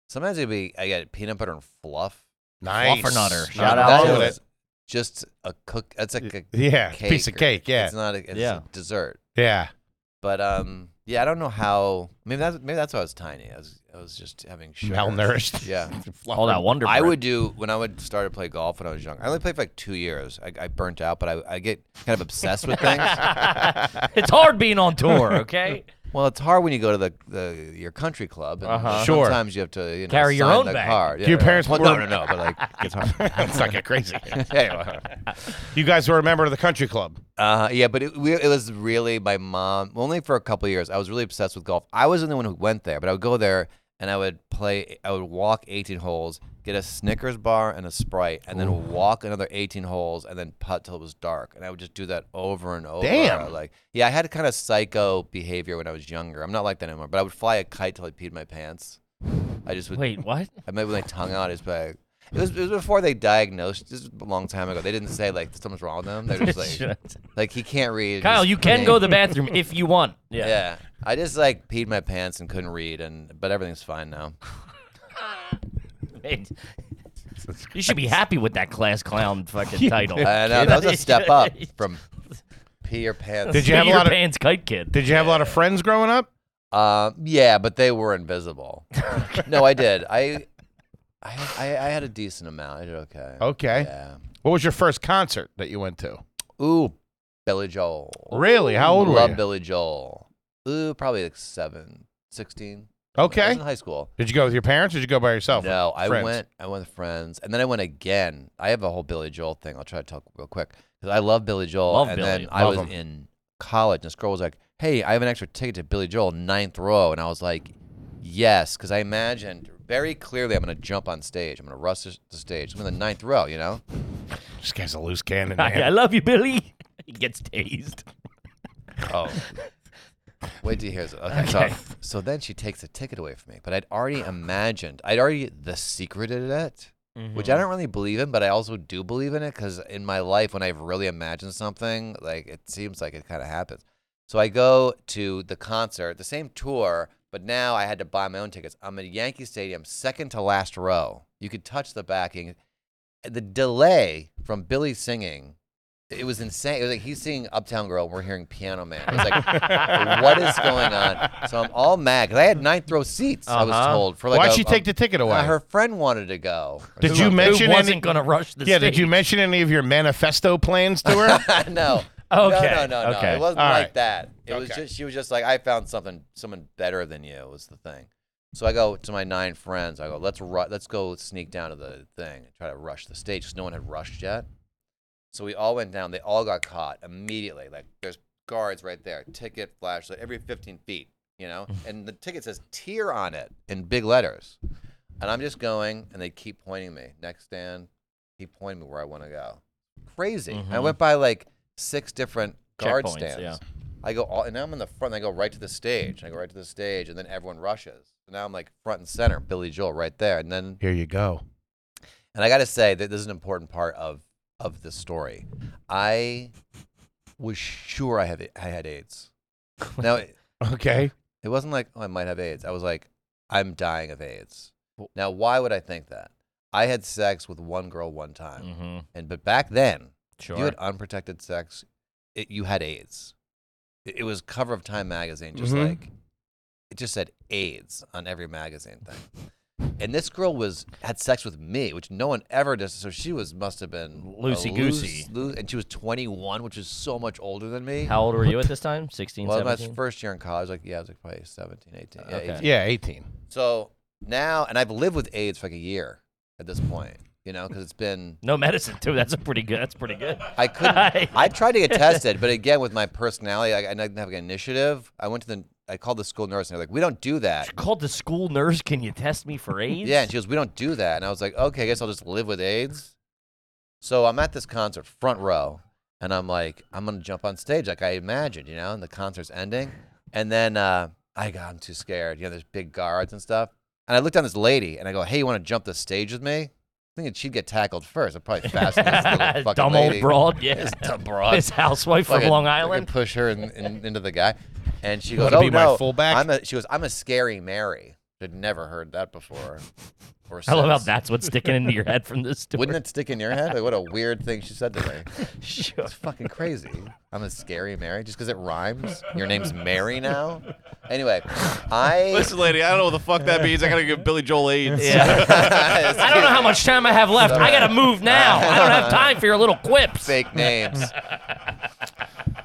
E: Sometimes it'd be I get peanut butter and fluff.
B: Nice.
A: Fluffernutter.
B: Not
A: Shout
B: wrong
A: out
E: That
A: to
B: with
E: is Just a cook. That's like a
B: it. Yeah.
E: cake
B: Piece of
E: or-
B: cake. Yeah.
E: It's not. A, it's
A: Yeah.
E: a dessert.
B: yeah.
E: But um, yeah, I don't know how. Maybe that's maybe that's why I was tiny. I was I was just having sugar.
B: Malnourished.
E: Yeah.
A: All that wonder.
E: I
A: bread.
E: would do when I would start to play golf when I was young. I only played for like two years. I, I burnt out, but I, I get kind of obsessed with things.
A: It's hard being on tour. Okay.
E: Well, it's hard when you go to the, the your country club. And
A: Uh-huh.
B: Sure.
E: Sometimes you have to you know,
A: Carry your
E: sign
A: own
E: the
A: bag.
E: card.
B: Do your parents
E: Well, no,
B: work-
E: no, no. But like it's hard.
B: Let's not get crazy.
E: anyway.
B: You guys were a member of the country club.
E: Uh, yeah, but it, we, it was really my mom. Only for a couple of years, I was really obsessed with golf. I wasn't the one who went there, but I would go there and I would play. I would walk 18 holes, get a Snickers bar and a Sprite, and then walk another 18 holes, and then putt till it was dark. And I would just do that over and over.
B: Damn.
E: Like, yeah, I had kind of psycho behavior when I was younger. I'm not like that anymore. But I would fly a kite till I peed my pants. I just would.
A: Wait, what?
E: I met with my tongue out. It's like it was, it was before they diagnosed. This was a long time ago. They didn't say like something's wrong with them. They're just like like he can't read.
A: Kyle,
E: He's
A: you can go to the
E: playing.
A: bathroom if you want. Yeah.
E: Yeah, I just like peed my pants and couldn't read, and but everything's fine now.
A: Wait. You should be happy with that class clown fucking title.
E: I know that was a step up from pee your pants.
B: Did you have a
A: Your
B: lot of-
A: pants kite kid.
B: Did you have a lot of friends growing up?
E: Um, yeah, but they were invisible. no, I did. I, I, I, I had a decent amount. I did okay.
B: Okay.
E: Yeah.
B: What was your first concert that you went to?
E: Ooh, Billy Joel.
B: Really? How old
E: Love
B: were you?
E: Billy Joel. Ooh, probably like seven, 16. I was
B: Okay.
E: in high school.
B: Did you go with your parents or did you go by yourself?
E: No, I
B: Friends.
E: went. I went with friends, and then I went again. I have a whole Billy Joel thing. I'll try to talk real quick because I love Billy Joel.
A: Love
E: and
A: Billy.
E: then I
B: Love
E: was
B: him.
E: in college, and this girl was like, "Hey, I have an extra ticket to Billy Joel, ninth row," and I was like, "Yes," because I imagined very clearly I'm gonna jump on stage. I'm gonna rush the- the stage. I'm in the ninth row, you know.
B: This guy's a loose cannon.
A: I, I
B: man.
A: love you, Billy. He gets tased.
E: Oh. Wait till he hears it. Okay,
A: Okay.
E: So, so then she takes the ticket away from me, but I'd already imagined, I'd already the secreted it, which I don't really believe in, but I also do believe in it because in my life, when I've really imagined something, like it seems like it kind of happens. So I go to the concert, the same tour, but now I had to buy my own tickets. I'm at Yankee Stadium, second to last row. You could touch the backing. The delay from Billy singing it was insane. It was like he's singing Uptown Girl, and we're hearing Piano Man. It's like, what is going on? So I'm all mad because I had ninth row seats. I was
A: Uh-huh.
E: told for like.
B: Why'd
E: a-
B: she
E: a-
B: take the ticket away?
E: uh, her friend wanted to go.
B: Did you mention
A: Who
B: any?
A: wasn't going to rush the
B: Yeah,
A: stage?
B: did you mention any of your manifesto plans to her?
E: no.
A: Okay,
E: No, no, no, no.
A: okay.
E: It wasn't
B: All
E: like
B: right.
E: that. It was
B: Okay.
E: just she was just like, I found something, someone better than you was the thing. So I go to my nine friends. I go, let's ru- let's go sneak down to the thing and try to rush the stage because no one had rushed yet. So we all went down. They all got caught immediately. Like there's guards right there, ticket flashlight every 15 feet, you know.
B: Mm.
E: and the ticket says "tear" on it in big letters. And I'm just going, and they keep pointing me. Next stand, keep pointing me where I want to go. Crazy. I went by like six different guard
A: Mm-hmm. Checkpoints,
E: stands.
A: yeah.
E: I go all, and now I'm in the front. And I go right to the stage. And I go right to the stage, and then everyone rushes. So now I'm like front and center, Billy Joel right there. And then,
B: Here you go.
E: and I got to say that this is an important part of of the story. I was sure I had I had AIDS. now it,
B: Okay.
E: it wasn't like oh I might have AIDS. I was like I'm dying of AIDS. Now why would I think that? I had sex with one girl one time,
A: Mm-hmm.
E: and but back then
A: Sure.
E: you had unprotected sex, it, you had AIDS. It, it was cover of Time magazine, just
A: Mm-hmm.
B: Mhm.
E: like it just said AIDS on every magazine thing. And this girl was had sex with me, which no one ever does. So she was must have been a
A: Loosey-goosey.
E: loose- loose- and she was 21, which is so much older than me.
A: How old were you at this time? 16,
E: well, my
A: 17?
E: first year in college, like yeah, I was like probably 17, 18, yeah,
A: Okay.
E: 18.
B: Yeah, 18.
E: So now, and I've lived with AIDS for like a year at this point, you know, because it's been
A: No medicine too. That's a pretty good. That's pretty good.
E: I couldn't. I tried to get tested, but again, with my personality, I, I didn't have an initiative. I went to the. I called the school nurse, and they're like, "We don't do that."
A: Called the school nurse. Can you test me for AIDS?
E: Yeah, and she goes, "We don't do that." And I was like, "Okay, I guess I'll just live with AIDS." So I'm at this concert, front row, and I'm like, "I'm gonna jump on stage like I imagined," you know. And the concert's ending, and then uh, I got I'm too scared. You know, there's big guards and stuff. And I looked down this lady, and I go, "Hey, you want to jump the stage with me?" Thinking she'd get tackled first. I'm probably faster than this little fucking
A: Dumb
E: lady.
A: old broad. Yeah.
E: Dumb broad.
A: This housewife from
E: Fucking-
A: Long
E: fucking
A: Island.
E: push her in, in, into the guy, and she goes,
B: Wanna
E: "Oh
B: be my
E: no,
B: fullback?"
E: I'm a." She goes, "I'm a scary Mary." I'd never heard that before. Or
A: I love how
E: since.
A: that's what's sticking into your head from this story.
E: Wouldn't it stick in your head? Like, what a weird thing she said to me.
A: Sure.
E: It's fucking crazy. I'm a scary Mary just because it rhymes. Your name's Mary now. Anyway, I.
D: Listen, lady, I don't know what the fuck that means. I gotta give Billy Joel AIDS.
A: I don't know how much time I have left. I gotta move now. I don't have time for your little quips.
E: fake names.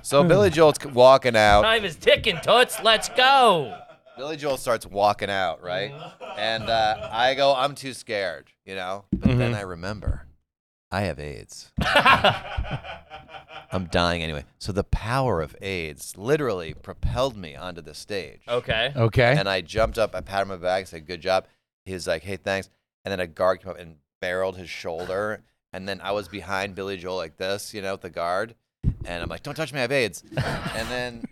E: So Billy Joel's c- walking out.
A: Time is ticking, toots. Let's go.
E: Billy Joel starts walking out, right? And uh, I go, I'm too scared, you know? But then I remember, I have AIDS. I'm dying anyway. So the power of AIDS literally propelled me onto the stage.
A: Okay.
B: Okay.
E: And I jumped up, I patted him on the back, said, Good job. He's like, Hey, thanks. And then a guard came up and barreled his shoulder. And then I was behind Billy Joel like this, you know, with the guard. And I'm like, Don't touch me, I have AIDS. and then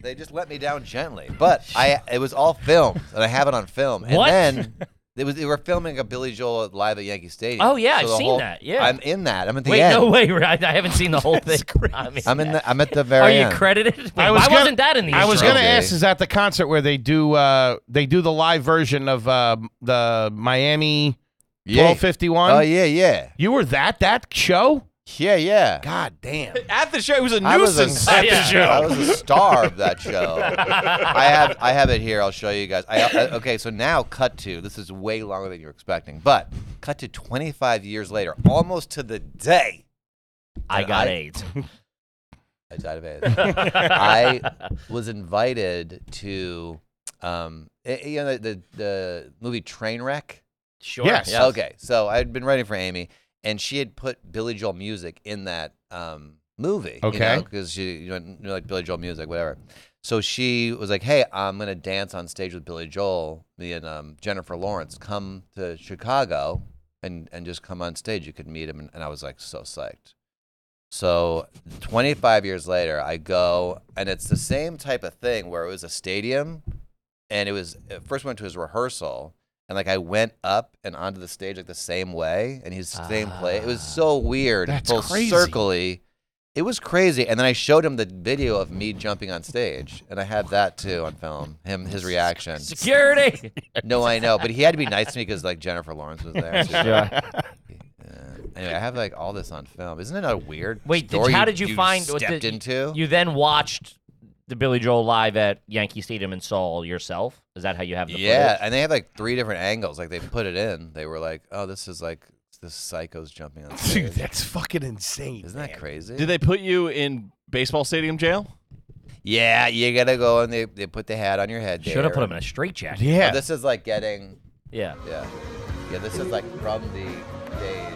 E: they just let me down gently. But I it was all filmed, and I have it on film. And
A: What?
E: then it was, they were filming a Billy Joel live at Yankee Stadium.
A: Oh, yeah, I've
E: the
A: seen that, yeah.
E: I'm in that. I'm at the
A: Wait,
E: end.
A: no way. I, I haven't seen the whole thing. I mean,
E: I'm in the, I'm at the
A: are
E: very
A: you
E: end.
A: credited? Wait, why
B: I was gonna-
A: wasn't that in the
B: I was
A: intro?
B: gonna
E: Okay.
B: ask is at the concert where they do uh they do the live version of uh the Miami
E: Yeah.
B: 1251.
E: Oh yeah, yeah.
B: You were that that show?
E: Yeah, yeah.
B: God damn.
D: At the show, it was a
E: I was a
D: nuisance.
E: star-
D: at the show.
E: I was a star of that show. I have I have it here. I'll show you guys. I, I, okay, so now cut to this is way longer than you were expecting, but cut to 25 years later, almost to the day
A: I got
E: I-
A: AIDS.
E: I died of AIDS. I was invited to, um, eh, you know, the, the the movie Trainwreck.
A: Sure.
B: Yes.
A: Yeah.
E: Okay, so I had been writing for Amy, and she had put Billy Joel music in that um, movie.
B: Okay.
E: because she you know, knew like Billy Joel music, whatever. So she was like, "Hey, I'm gonna dance on stage with Billy Joel. Me and um, Jennifer Lawrence come to Chicago, and and just come on stage. You could meet him." And, and I was like, so psyched. So 25 years later, I go, and it's the same type of thing where it was a stadium, and it was it first went to his rehearsal, and like I went up and onto the stage like the same way, and he's the same play. It was so weird,
B: Ah, That's
E: full
B: crazy.
E: circly. It was crazy, and then I showed him the video of me jumping on stage, and I had that too on film. Him, his reaction.
A: Security.
E: No, I know, but he had to be nice to me because like Jennifer Lawrence was there. too. Yeah. Anyway, I have like all this on film. Isn't it a weird
A: Wait, did,
E: story
A: how did you, find what
E: stepped
A: the-
E: into?
A: You then watched the Billy Joel live at Yankee Stadium in Seoul yourself. Is that how you have the
E: yeah,
A: footage?
E: and they have like three different angles. Like they put it in. They were like, "Oh, this is like this psycho's jumping on
B: Dude,
E: stage."
B: that's fucking insane.
E: Isn't that crazy?
D: Did they put you in baseball stadium jail?
E: yeah, you gotta go and they, they put the hat on your head.
A: Should have put
E: there.
A: him in a straitjacket.
E: Oh,
B: Yeah.
E: this is like getting.
A: Yeah.
E: Yeah, yeah. This is like from the days.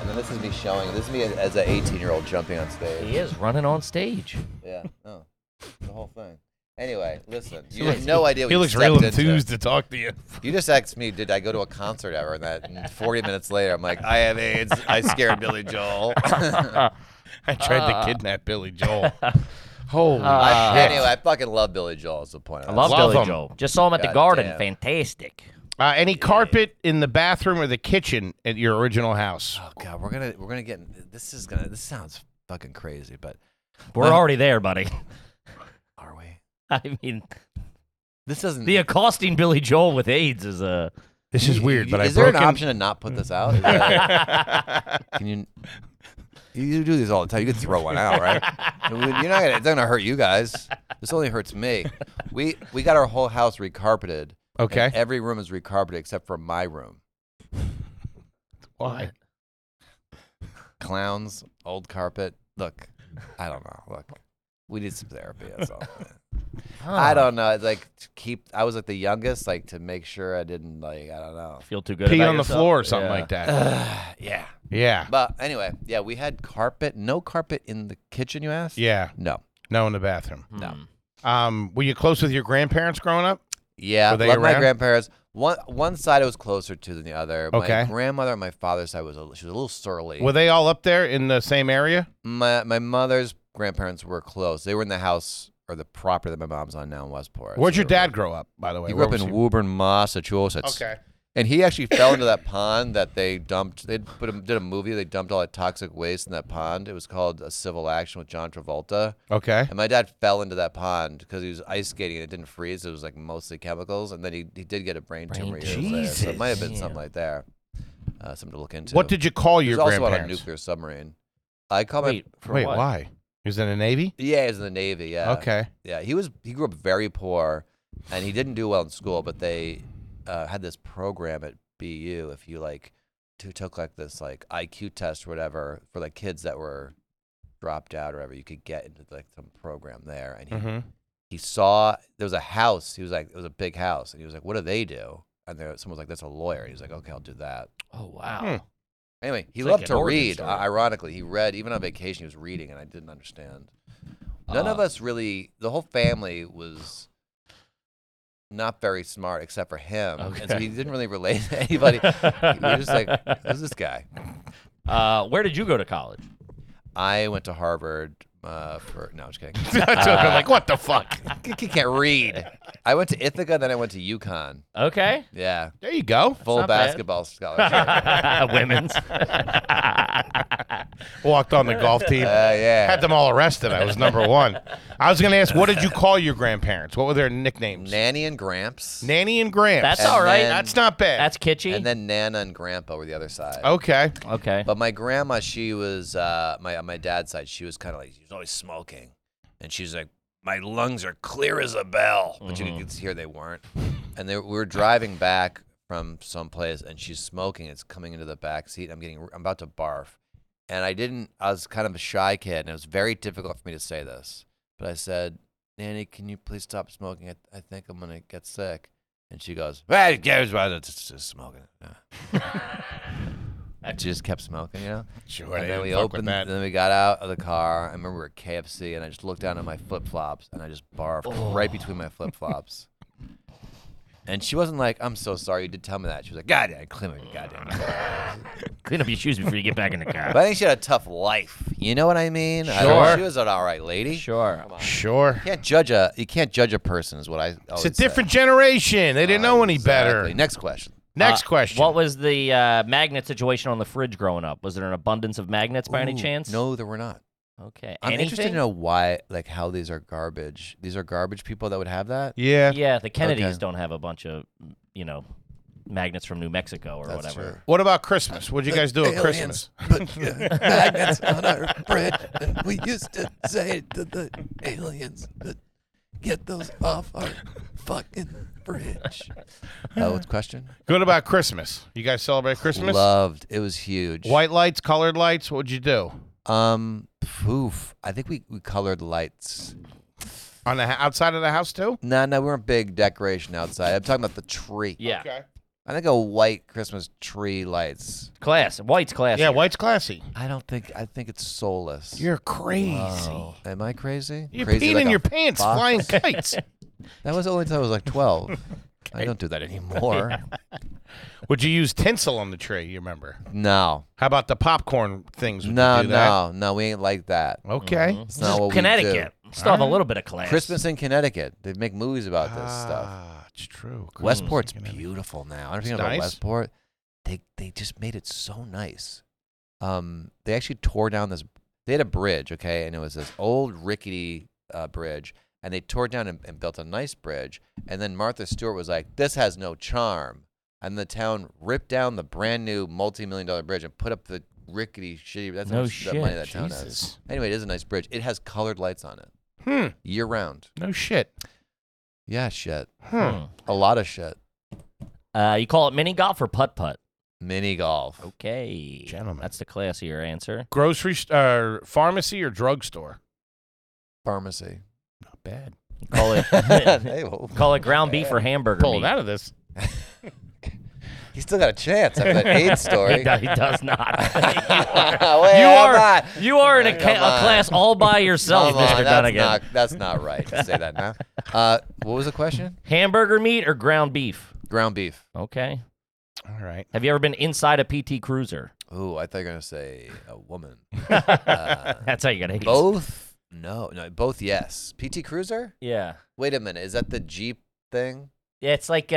E: And then this is me showing. This is me as, as an 18 year old jumping on stage.
A: He is running on stage.
E: Yeah. No. The whole thing. Anyway, listen. You have no idea. What
B: he
E: you
B: looks real
E: stepped into.
B: enthused to talk to you.
E: You just asked me, did I go to a concert ever? And that and 40 minutes later, I'm like, I have AIDS. I scared Billy Joel.
B: Ah, I tried
A: Uh.
B: to kidnap Billy Joel. Holy
E: I-
B: shit.
E: anyway, I fucking love Billy Joel. Is the point?
A: I love,
B: Love
A: Billy
B: him.
A: Joel. Just saw him at the
E: God
A: Garden.
E: damn.
A: Fantastic.
B: Uh, any carpet in the bathroom or the kitchen at your original house?
E: Oh God, we're gonna we're gonna get. in- This is gonna. This sounds fucking crazy, but
A: We're already there, buddy.
E: are we?
A: I mean,
E: This doesn't.
A: the accosting Billy Joel with AIDS is uh, a.
B: This is weird, but I
E: is there
B: broke
E: an
B: in-
E: option to not put this out? Is that- can you? You do these all the time. You could throw one out, right? You're not gonna. It's not gonna hurt you guys. This only hurts me. We we got our whole house recarpeted. and
B: Okay.
E: Every room is recarpeted except for my room.
B: Why?
E: clowns, old carpet. Look, I don't know. Look, we need some therapy. That's all. I don't know. It's Like to keep. I was like the youngest, like to make sure I didn't like. I don't know.
A: Feel too good.
B: Pee
A: about
B: on the
A: yourself.
B: floor or something
A: Yeah.
B: like that.
E: yeah.
B: yeah.
E: But anyway, yeah, we had carpet. No carpet in the kitchen. You asked.
B: Yeah.
E: No.
B: No, in the bathroom.
E: Hmm.
A: No.
B: Um, were you close with your grandparents growing up?
E: Yeah.
B: Were they
E: Love my
B: around?
E: grandparents. One one side I was closer to than the other.
B: Okay.
E: My grandmother on my father's side was a, she was a little surly.
B: Were they all up there in the same area?
E: my my mother's grandparents were close. They were in the house or the property that my mom's on now in Westport.
B: Where'd
E: So
B: your
E: they were-
B: dad grow up, by the way?
E: He
B: Where
E: grew
B: was
E: up in Woburn, Massachusetts.
B: Okay.
E: And he actually fell into that pond that they dumped. They put a, did a movie. They dumped all that toxic waste in that pond. It was called A Civil Action with John Travolta.
B: Okay.
E: And my dad fell into that pond because he was ice skating and it didn't freeze. It was like mostly chemicals. And then he, he did get a brain, tumor. years later. So it might have been something like there. Uh, something to look into.
B: What did you call
E: He
B: your
E: was also on a
B: grandparents?
E: nuclear submarine. I call
A: Wait,
E: my
A: for
B: Wait,
A: what?
B: why? He was in the Navy?
E: yeah. He was in the Navy. Yeah.
B: Okay.
E: Yeah, he was. He grew up very poor, and he didn't do well in school. But they uh, had this program at BU. If you like, to, took like this like IQ test or whatever for like kids that were dropped out or whatever, you could get into like some program there. And he,
B: Mm-hmm.
E: he saw there was a house. He was like, it was a big house, and he was like, what do they do? And there, someone was like, that's a lawyer. And he was like, okay, I'll do that.
A: Oh wow.
B: Hmm.
E: Anyway, he
A: It's like
E: loved
A: an
E: to
A: origin
E: read.
A: story.
E: Uh, ironically, he read even on vacation. He was reading, and I didn't understand. None of
A: Uh,
E: us really. The whole family was not very smart, except for him, and so
A: Okay.
E: he didn't really relate to anybody. we were just like, "Who's this guy?" Hmm.
A: Uh, where did you go to college?
E: I went to Harvard uh, for no, I'm just kidding.
B: I'm like, what the fuck?
E: he can't read. I went to Ithaca, then I went to UConn.
A: Okay.
E: Yeah,
B: There you go.
E: full
A: not bad.
E: basketball scholarship.
A: Women's.
B: Walked on the golf team.
E: Uh, yeah.
B: Had them all arrested. I was number one. I was going to ask, what did you call your grandparents? What were their nicknames?
E: Nanny and Gramps,
B: Nanny and Gramps.
A: That's
E: And
A: all right.
E: then-
B: That's not bad.
A: That's kitschy.
E: and then Nana and Grandpa were the other side.
B: okay.
A: okay.
E: But my grandma, she was uh, my on my dad's side. She was kind of like she was always smoking, and she was like, "My lungs are clear as a bell," but you could hear they weren't. And they, we were driving back from someplace, and she's smoking. It's coming into the back seat. I'm getting, I'm about to barf, and I didn't. I was kind of a shy kid, and it was very difficult for me to say this. But I said, "Nanny, can you please stop smoking? I, I think I'm gonna get sick." And she goes, "Well, it goes by the- just just smoking." And she just kept smoking, you know.
B: Sure.
E: And
B: they
E: then we
B: didn't fuck with
E: opened.
B: that.
E: Then we got out of the car. I remember we were at KFC, and I just looked down at my flip flops, and I just barfed
B: Oh.
E: right between my flip flops. and she wasn't like, "I'm so sorry, you did tell me that." She was like, "God damn, clean up your goddamn." mouth."
A: Clean up your shoes before you get back in the car.
E: but I think she had a tough life. You know what I mean? I
B: Sure.
E: she was an all right lady.
A: sure.
E: Oh.
B: Sure.
E: You can't judge a you can't judge a person is what I.
B: It's
E: Always
B: a different generation. They didn't know any better.
E: Exactly. Next question.
B: Next
A: Uh,
B: question.
A: What was the uh, magnet situation on the fridge growing up? Was there an abundance of magnets by any
E: Ooh,
A: chance?
E: No, there were not.
A: Okay.
E: I'm interested to
A: Anything?
E: know why, like, how these are garbage. These are garbage people that would have that.
B: yeah.
A: Yeah, the Kennedys
E: Okay.
A: don't have a bunch of, you know, magnets from New Mexico or whatever.
B: What about Christmas? What'd you guys do at Christmas?
F: Put uh, magnets on our bread, and we used to say to the aliens, that, "Get those off our fucking bridge."
E: Uh, what's the question?
B: Good about Christmas. You guys celebrate Christmas?
E: Loved. It was huge.
B: White lights, colored lights. What'd you do
E: Um, poof. I think we, we colored lights.
B: on the ho- outside of the house too?
E: No, no, we weren't big decoration outside. I'm talking about the tree.
A: Yeah,
B: Okay.
E: I think a white Christmas tree lights.
A: class. White's class.
B: Yeah, white's classy.
E: I don't think. I think it's soulless.
B: You're crazy.
E: Oh. Am I crazy?
B: You're
E: crazy
B: peeing
E: like
B: in
E: a
B: your pants,
E: fox.
B: flying kites.
E: That was the only time I was like 12. I don't do that anymore.
B: Would you use tinsel on the tree? You remember?
E: No,
B: How about the popcorn things? Would you
E: no,
B: do that?
E: no, no. We ain't like that.
B: Okay.
E: It's
A: This
E: not
A: is
E: what we do.
A: Connecticut. Still have a little bit of class.
E: Christmas in Connecticut. They make movies about this stuff.
B: Ah, it's true. Cool.
E: Westport's
B: Thinking of it.
E: beautiful now. I don't
B: It's
E: think about
B: nice.
E: Westport. They they just made it so nice. Um, they actually tore down this. They had a bridge, okay, and it was this old rickety uh, bridge, and they tore it down and, and built a nice bridge. And then Martha Stewart was like, "This has no charm," and the town ripped down the brand new multi-million dollar bridge and put up the rickety shitty. That's how
A: No
E: much that money
A: shit,
E: that town
A: Jesus.
E: has. Anyway, it is a nice bridge. It has colored lights on it
B: Hmm.
E: year round.
B: No shit.
E: Yeah, shit,
B: Huh.
E: a lot of shit.
A: Hmm. Uh, you call it mini golf or putt putt?
E: Mini golf.
A: Okay,
B: Gentlemen.
A: That's the classier answer.
B: Grocery st- uh, pharmacy or drugstore?
E: Pharmacy.
B: Not bad.
A: Call it call it ground beef or hamburger.
B: Pulled
A: meat.
B: out of this.
E: He still got a chance after that AIDS story.
A: He, do- he does not. you
E: Wait, I'm
A: are
E: not-
A: you are in a, ca-
E: Come
A: a
E: on.
A: class all by yourself,
E: Come on,
A: Mr.
E: that's
A: Dunnigan.
E: Not, that's not right to say that now. Uh, what was the question?
A: Hamburger meat or ground beef?
E: Ground beef.
A: Okay.
B: All right.
A: Have you ever been inside a PT Cruiser?
E: Ooh, I thought you were gonna say a woman.
A: That's how you gotta hate. yourself.
E: Both? No, no, both. Yes. PT Cruiser.
A: Yeah.
E: Wait a minute. Is that the Jeep thing?
A: Yeah, it's like uh